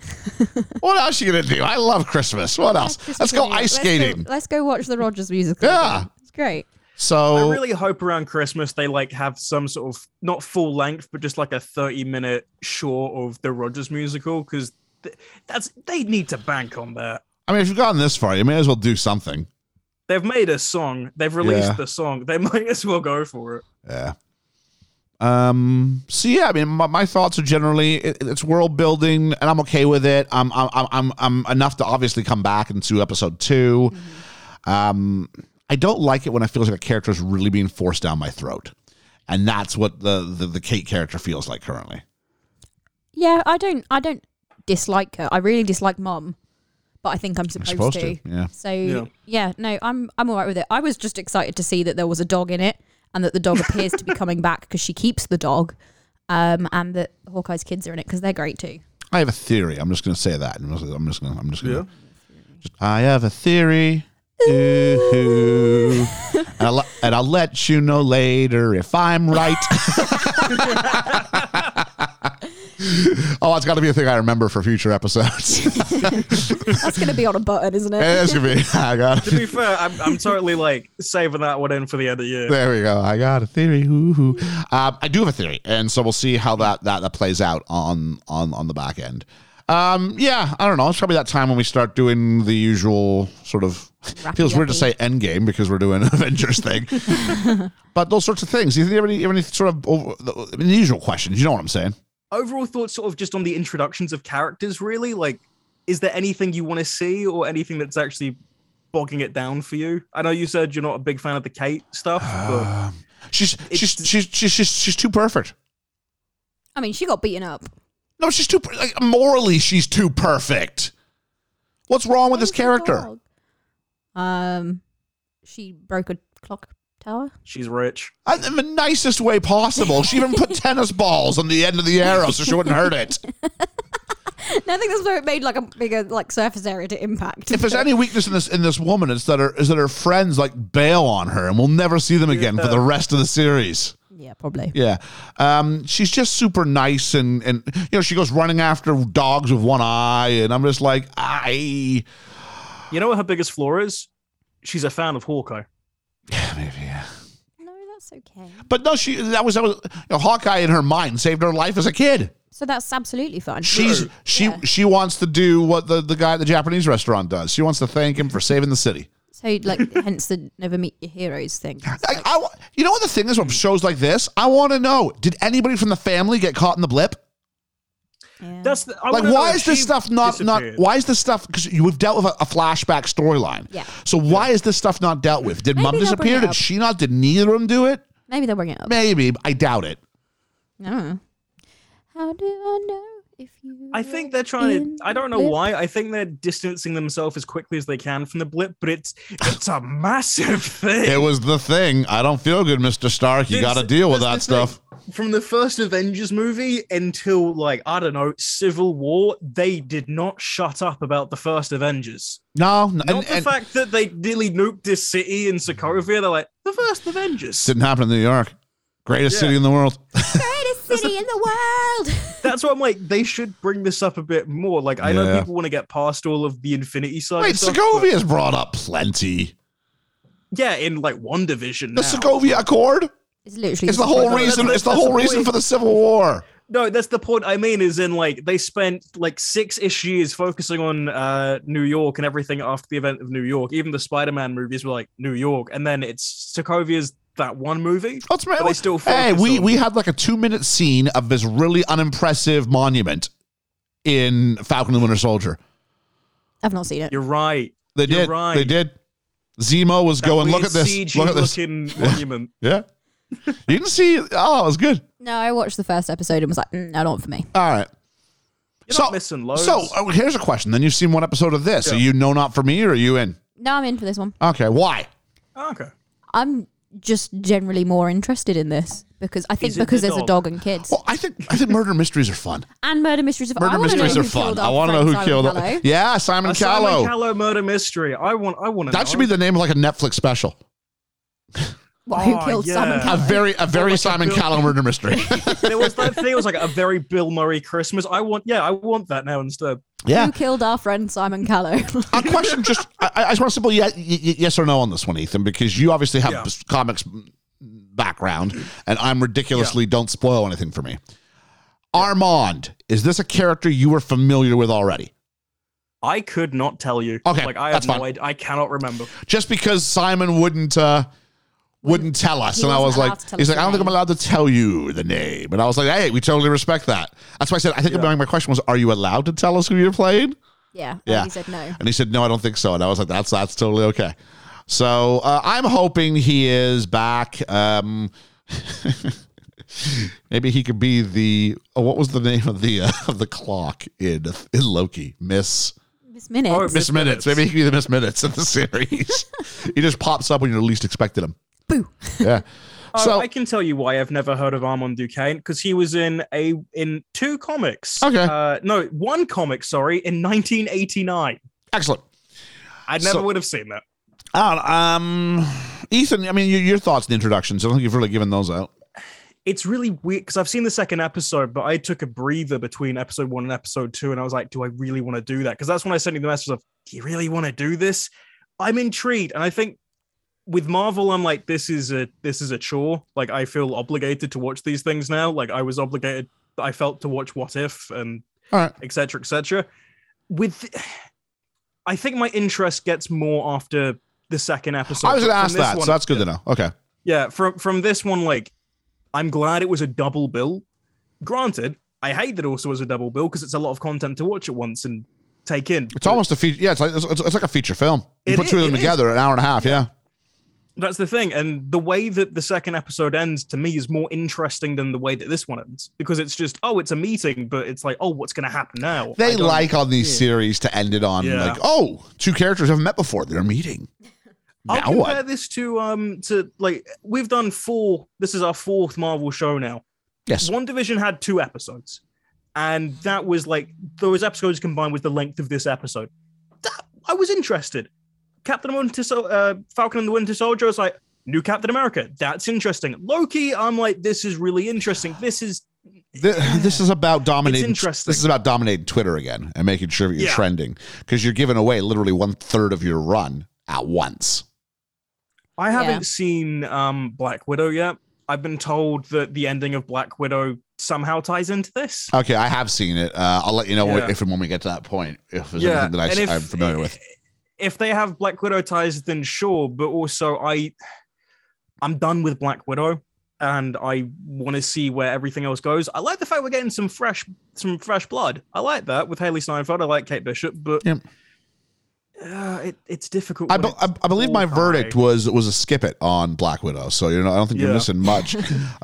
D: What else you gonna do? I love Christmas. What else? Let's go ice
E: Let's go-
D: skating.
E: Let's go, watch the Rogers musical.
D: Yeah.
E: it's great.
D: So
C: I really hope around Christmas they like have some sort of not full length, but just like a thirty-minute short of the Rogers musical because th- that's they need to bank on that.
D: I mean, if you've gotten this far, you may as well do something.
C: They've made a song. They've released
D: Yeah.
C: the song. They might as well go for it.
D: Yeah. Um. So yeah, I mean, my, my thoughts are generally it, it's world building, and I'm okay with it. I'm I'm I'm I'm I'm enough to obviously come back into episode 2 Um, I don't like it when it feels like a character is really being forced down my throat, and that's what the the, the Kate character feels like currently.
E: Yeah, I don't I don't dislike her. I really dislike Mom, but I think I'm
D: I'm
E: supposed,
D: supposed
E: to.
D: to. Yeah.
E: So
C: Yeah.
E: yeah. no, I'm I'm all right with it. I was just excited to see that there was a dog in it and that the dog appears to be coming back because she keeps the dog, um, and that Hawkeye's kids are in it because they're great too.
D: I have a theory. I'm just going to say that. I'm just, I'm just going. to I'm just going. to I have a theory. Ooh. and, I'll, and I'll let you know later if I'm right. oh, it's got to be a thing I remember for future episodes.
E: That's gonna be on a button, isn't it?
D: it's gonna be. I got.
C: To be fair, I'm, I'm totally like saving that one in for the end of the year.
D: There we go. I got a theory. Hoo hoo. Um, I do have a theory, and so we'll see how that that, that plays out on on on the back end. Um, yeah, I don't know. It's probably that time when we start doing the usual sort of. feels weird to
E: Wrappy-uppy.
D: say Endgame because we're doing an Avengers thing, but those sorts of things. Do you think you have any, you have any sort of over, the, unusual questions? You know what I'm saying?
C: Overall thoughts, sort of just on the introductions of characters, really. Like, is there anything you want to see or anything that's actually bogging it down for you? I know you said you're not a big fan of the Kate stuff, but
D: She's she's,
C: It's-
D: she's she's she's she's too perfect.
E: I mean, she got beaten up.
D: No, she's too per- like morally she's too perfect. What's wrong with this
E: Where's the
D: character?
E: dog? Um, she broke a clock tower.
C: she's rich.
D: Uh, in the nicest way possible. She even put tennis balls on the end of the arrow so she wouldn't hurt it.
E: No, I think that's where it made like a bigger like surface area to impact.
D: If there's any weakness in this in this woman, it's that her is that her friends like bail on her, and we'll never see them again for the rest of the series.
E: yeah, probably.
D: Yeah, um, she's just super nice, and and you know she goes running after dogs with one eye, and I'm just like I
C: You know what her biggest flaw is? She's a fan of Hawkeye.
D: yeah maybe yeah.
E: No, that's okay.
D: But no, she that was that was you know, Hawkeye in her mind saved her life as a kid.
E: So that's absolutely fine.
D: She's she
E: Yeah.
D: she wants to do what the the guy at the Japanese restaurant does. She wants to thank him for saving the city.
E: so like, hence the never meet your heroes thing.
D: I, I, wa- you know what the thing is with shows like this? I want to know: Did anybody from the family get caught in the blip?
E: Yeah.
C: That's the, I
D: Like,
C: wanna know
D: why
C: if
D: is this
C: she
D: stuff not not?
C: disappeared.
D: Why is this stuff? Because we've dealt with a, a flashback storyline.
E: Yeah.
D: So why is this stuff not dealt with? Did
E: Maybe
D: mom
E: they'll bring
D: disappear?
E: it
D: Did
E: up.
D: she not? Did neither of them do it?
E: Maybe they'll bring it up.
D: Maybe. but I doubt it.
E: No. How do I know if you?
C: I think they're trying to. I don't know why. I think they're distancing themselves as quickly as they can from the blip, but it's it's a massive thing.
D: It was the thing. I don't feel good, Mister Stark. You
C: It's-
D: got to deal with that
C: that's the
D: stuff.
C: thing. From the first Avengers movie until like I don't know Civil War, they did not shut up about the first Avengers.
D: No, no
C: Not the fact that they nearly nuked this city in Sokovia. They're like the first Avengers.
D: didn't happen in New York, greatest
C: Yeah.
D: city in the world.
E: Greatest city in the world.
C: That's why I'm like they should bring this up a bit more. Like I
D: Yeah.
C: know people want to get past all of the Infinity side.
D: Wait,
C: and stuff,
D: Segovia's brought up plenty.
C: but- Yeah, in like one division.
D: The
C: now.
D: Segovia Accord.
E: it's literally
D: It's the
E: just-
D: whole
C: that's-
D: reason.
C: that's-
D: It's the
C: that's
D: whole
C: the
D: reason
C: point.
D: for the Civil War.
C: No, that's the point I mean is in like they spent like six ish years focusing on uh New York and everything after the event of New York. Even the Spider Man movies were like New York, and then it's Sokovia's that one movie.
D: Let's
C: But they still
D: Oh, hey,
C: focus
D: we
C: on-
D: we had like a two minute scene of this really unimpressive monument in Falcon and the Winter Soldier.
E: I've not seen it.
C: You're right.
D: They
C: You're
D: did.
C: right.
D: They did. Zemo was going. Look
C: Weird
D: at this.
C: CG
D: Look at this.
C: looking monument.
D: Yeah. you can see. Oh, it was good.
E: No, I watched the first episode and was like, mm, no, not for me.
D: All right.
C: You're
D: so
C: not missing loads.
D: So oh, here's a question. Then you've seen one episode of this. Are you no not for me or are you in?
E: No, I'm in for this one.
D: Okay. Why?
C: Oh, okay.
E: I'm just generally more interested in this because I think
C: Is it the
E: because there's a
C: dog?
E: dog and kids
D: Well, I think I think murder mysteries are fun.
E: and murder mysteries. Of,
D: Murder
E: I wanna know
D: mysteries are
E: who
D: fun.
E: killed
D: I
E: our
D: want to know
E: friend
D: who
E: Simon
D: killed.
E: Callow.
D: Yeah, Simon
C: A
D: Callow.
C: Uh, Simon Callow murder mystery. I want. I want to.
D: That should be the name of like a Netflix special.
E: Well, who
C: Oh,
E: killed
C: yeah.
E: Simon
C: A
D: A
E: Callow?
D: very a very
C: like a
D: Simon
C: Bill-
D: Callow murder mystery.
C: there was that thing. It was like a very Bill Murray Christmas. I want. Yeah, I want that now instead.
D: yeah.
E: Who killed our friend Simon Callow?
D: A question, just I, I just want a simple yes, yes or no on this one, Ethan, because you obviously have
C: Yeah.
D: comics background, and I'm ridiculously don't spoil anything for me. Armand, is this a character you were familiar with already?
C: I could not tell you.
D: Okay,
C: like I
D: that's
C: have no
D: fine.
C: idea. I cannot remember.
D: Just because Simon wouldn't uh, wouldn't tell us,
E: He
D: and I was
E: wasn't allowed
D: like,
E: to tell
D: he's
E: us
D: like, I
E: the
D: don't think I'm
E: name.
D: allowed to tell you the name, and I was like, hey, we totally respect that. That's why I said I think
C: Yeah.
D: my my question was, are you allowed to tell us who you're playing?
E: yeah, and
D: Yeah.
E: he said no.
D: And he said, "No, I don't think so." And I was like, "That's that's totally okay." So uh, I'm hoping he is back. Um, maybe he could be the oh, what was the name of the uh, of the clock in in Loki? Miss
E: Miss Minutes.
C: Oh,
D: Miss
C: Miss
D: Minutes.
C: Minutes.
D: Maybe he could be the Miss Minutes in the series. he just pops up when you're least expected him.
E: Boo.
D: Yeah.
C: Oh,
D: so
C: I can tell you why I've never heard of Armand Duquesne because he was in a in two comics.
D: Okay.
C: Uh, no, one comic. Sorry, in 1989.
D: excellent.
C: I never
D: So-
C: would have seen that.
D: Uh, um, Ethan, I mean, your, your thoughts and introductions. I don't think you've really given those out.
C: It's really weird because I've seen the second episode, but I took a breather between episode one and episode two, and I was like, "Do I really want to do that?" Because that's when I sent you the message of, "Do you really want to do this?" I'm intrigued, and I think with Marvel, I'm like, "This is a this is a chore." Like I feel obligated to watch these things now. Like I was obligated, I felt to watch What If and
D: All right.
C: etc cetera, etc cetera. with i think my interest gets more after the second episode
D: I was going to
C: From
D: ask
C: this
D: that,
C: one-
D: so that's good to know. Okay.
C: yeah from from this one like i'm glad it was a double bill granted i hate that it also was a double bill because it's a lot of content to watch at once and take in
D: It's almost a feature. Yeah, it's like it's, it's like a feature film. You
C: It
D: put
C: is-
D: two of them
C: it is.
D: together, an hour and a half. Yeah.
C: that's the thing and the way that the second episode ends to me is more interesting than the way that this one ends because it's just oh it's a meeting but it's like oh what's going to happen now I
D: They
C: don't-
D: like on these series to end it on
C: Yeah.
D: like, oh, two characters haven't met before. They're meeting.
C: I'll
D: Now
C: compare
D: what?
C: this to um to like we've done four. This is our fourth Marvel show now.
D: Yes.
C: One Division had two episodes, and that was like those episodes combined with the length of this episode. That I was interested. Captain Winter, Sol- uh, Falcon and the Winter Soldier. I was like, new Captain America. That's interesting. Loki. I'm like, this is really interesting. This is
D: Th- This is about dominating.
C: interesting.
D: This is about dominating Twitter again and making sure that you're
C: Yeah.
D: trending because you're giving away literally one third of your run at once.
C: I
E: Yeah.
C: haven't seen um Black Widow yet. I've been told that the ending of Black Widow somehow ties into this.
D: Okay, I have seen it. Uh, I'll let you know
C: Yeah.
D: if and when we get to that point if there's anything that I,
C: and if-
D: am familiar with.
C: If they have Black Widow ties, then sure. But also, I I'm done with Black Widow, and I want to see where everything else goes. I like the fact we're getting some fresh some fresh blood. I like that with Haley Steinfeld. I like Kate Bishop, but
D: Yep.
C: uh, it, it's difficult.
D: I,
C: when
D: be-
C: it's
D: I, I believe my
C: Hawkeye.
D: verdict was was a skip it on Black Widow, so you know I don't think you're
C: Yeah.
D: missing much.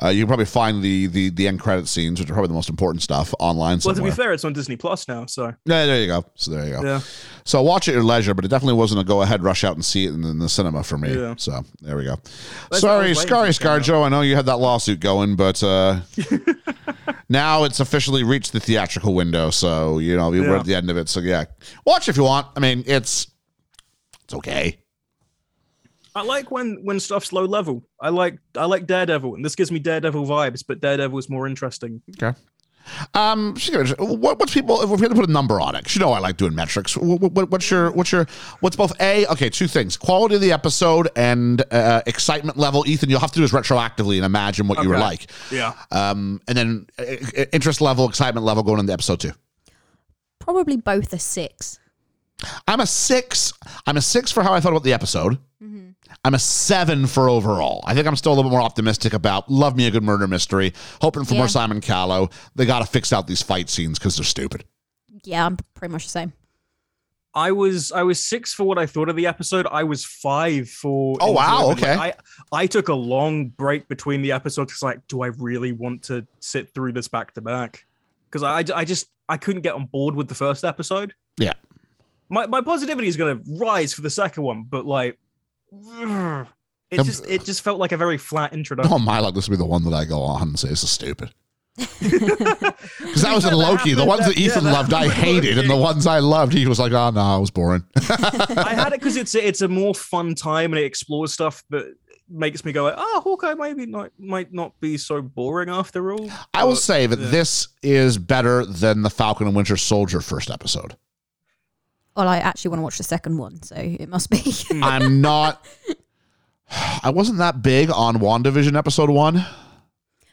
D: uh, you can probably find the, the the end credit scenes, which are probably the most important stuff, online
C: Well, to
D: somewhere.
C: be fair, it's on Disney Plus now, so
D: yeah, there you go. So there you go.
C: yeah.
D: So watch at your leisure, but it definitely wasn't a go ahead rush out and see it in, in the cinema for me.
C: Yeah.
D: So there we go.
C: That's what I
D: sorry,
C: was
D: sorry,
C: waiting for it to
D: Scarjo. I know you had that lawsuit going, but uh, now it's officially reached the theatrical window. So you know we were
C: Yeah.
D: at the end of it. So yeah, watch if you want. I mean, it's it's okay.
C: I like when when stuff's low level. I like I like Daredevil, and this gives me Daredevil vibes, but Daredevil is more interesting.
D: Okay. Um, she's gonna- what, what's people? If we had to put a number on it, 'cause you know I like doing metrics. What, what, what's your what's your what's both a okay two things: quality of the episode and uh, excitement level. Ethan, you'll have to do this retroactively and imagine what you were
C: Okay.
D: like.
C: Yeah.
D: Um, and then uh, uh, interest level, excitement level going into episode two.
E: Probably both a six.
D: I'm a six. I'm a six for how I felt about the episode. I'm a seven for overall. I think I'm still a little bit more optimistic about Love Me a Good Murder Mystery, hoping for
E: Yeah.
D: more Simon Callow. They got to fix out these fight scenes because they're stupid.
E: Yeah, I'm pretty much the same.
C: I was I was six for what I thought of the episode. I was five for.
D: Oh,
C: enjoyment.
D: wow,
C: Like,
D: okay.
C: I I took a long break between the episodes. 'cause, like, do I really want to sit through this back to back? Because I I- I just I couldn't get on board with the first episode.
D: Yeah.
C: My my positivity is going to rise for the second one, but like, it
D: Um,
C: just it just felt like a very flat introduction.
D: Oh my, like this would be the one that I go on and say this is stupid. Because that was
C: fair,
D: in
C: that
D: Loki. The
C: happened-
D: ones that,
C: that- yeah,
D: Ethan
C: that
D: loved, I
C: happened in
D: hated, and the
C: Loki.
D: ones I loved, he was like, "Oh no, I was boring."
C: I had it because it's a, it's a more fun time and it explores stuff that makes me go, oh, Hawkeye maybe not might not be so boring after all.
D: I will
C: But
D: say that
C: yeah.
D: this is better than the Falcon and Winter Soldier first episode.
E: Well, I actually want to watch the second one, so it must be.
C: Mm.
D: I'm not. I wasn't that big on WandaVision episode one.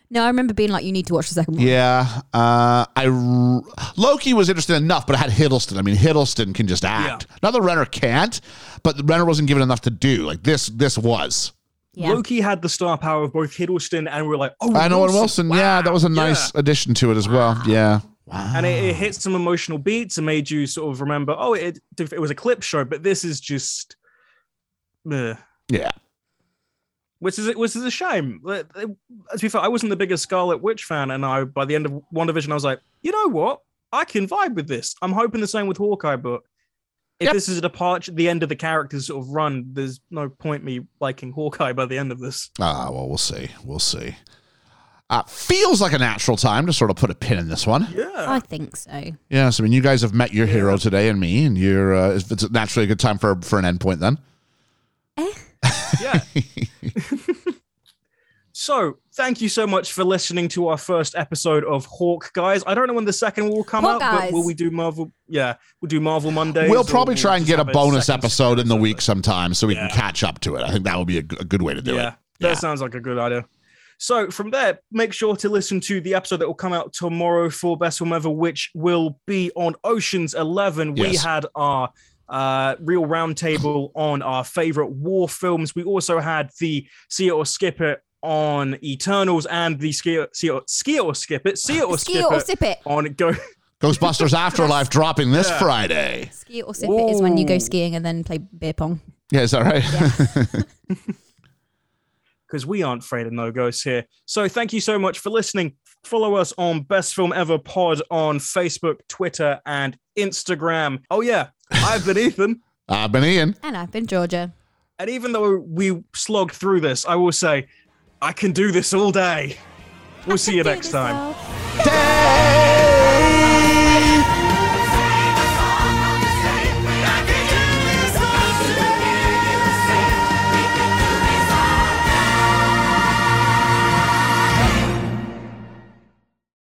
E: no, I remember being like, you need to watch the second one.
D: Yeah, uh, I r- Loki was interesting enough, but I had Hiddleston. I mean, Hiddleston can just act. Not that Renner can't, but Renner wasn't given enough to do. Like this, this was.
E: Yeah.
C: Loki had the star power of both Hiddleston and we're like, oh,
D: I know, and Wilson. Yeah, that was a nice addition to it as well. Yeah. Wow.
C: And it, it hit some emotional beats and made you sort of remember, oh, it it was a clip show, but this is just, meh.
D: Yeah.
C: which is which is a shame. Like, uh, To be fair, I wasn't the biggest Scarlet Witch fan, and I by the end of WandaVision, I was like, you know what, I can vibe with this. I'm hoping the same with Hawkeye, but if
D: Yep.
C: this is a departure, the end of the character's sort of run, there's no point me liking Hawkeye by the end of this.
D: Ah, well, we'll see. We'll see. Uh, feels like a natural time to sort of put a pin in this one.
C: Yeah,
E: I think so.
D: Yes, I mean, you guys have met your hero today and me, and you're uh, it's it's naturally a good time for for an endpoint then.
C: yeah. So, thank you so much for listening to our first episode of Hawk Guys. I don't know when the second will come out,
E: Hawkeyes.
C: but will we do Marvel? Yeah, we'll do Marvel Mondays.
D: we'll
C: or
D: probably
C: we'll
D: try and
C: just
D: get a
C: have
D: bonus
C: second
D: episode in the
C: episode.
D: week sometime so we
C: Yeah.
D: can catch up to it. I think that would be a, g- a good way to do
C: yeah,
D: it.
C: That
D: Yeah.
C: sounds like a good idea. So from there, make sure to listen to the episode that will come out tomorrow for Best Film Ever, which will be on Ocean's Eleven. We
D: Yes.
C: had our uh, real roundtable on our favorite war films. We also had the see it or skip it on Eternals and the ski it, see it, or- ski it or skip it, see it or
E: Ski it
C: skip
E: or
C: it
E: sip it.
C: on Go.
D: Ghostbusters Afterlife dropping this
C: Yeah.
D: Friday.
E: Ski it or sip it is when you go
C: Whoa.
E: skiing and then play beer pong.
D: Yeah, is that right?
C: because we aren't afraid of no ghosts here. So thank you so much for listening. Follow us on Best Film Ever Pod on Facebook, Twitter, and Instagram. Oh yeah, I've been Ethan,
D: I've been Uh, Ian.
E: And I've been Georgia.
C: and even though we slogged through this, I will say I can do this all day. We'll see you next time.
D: Damn!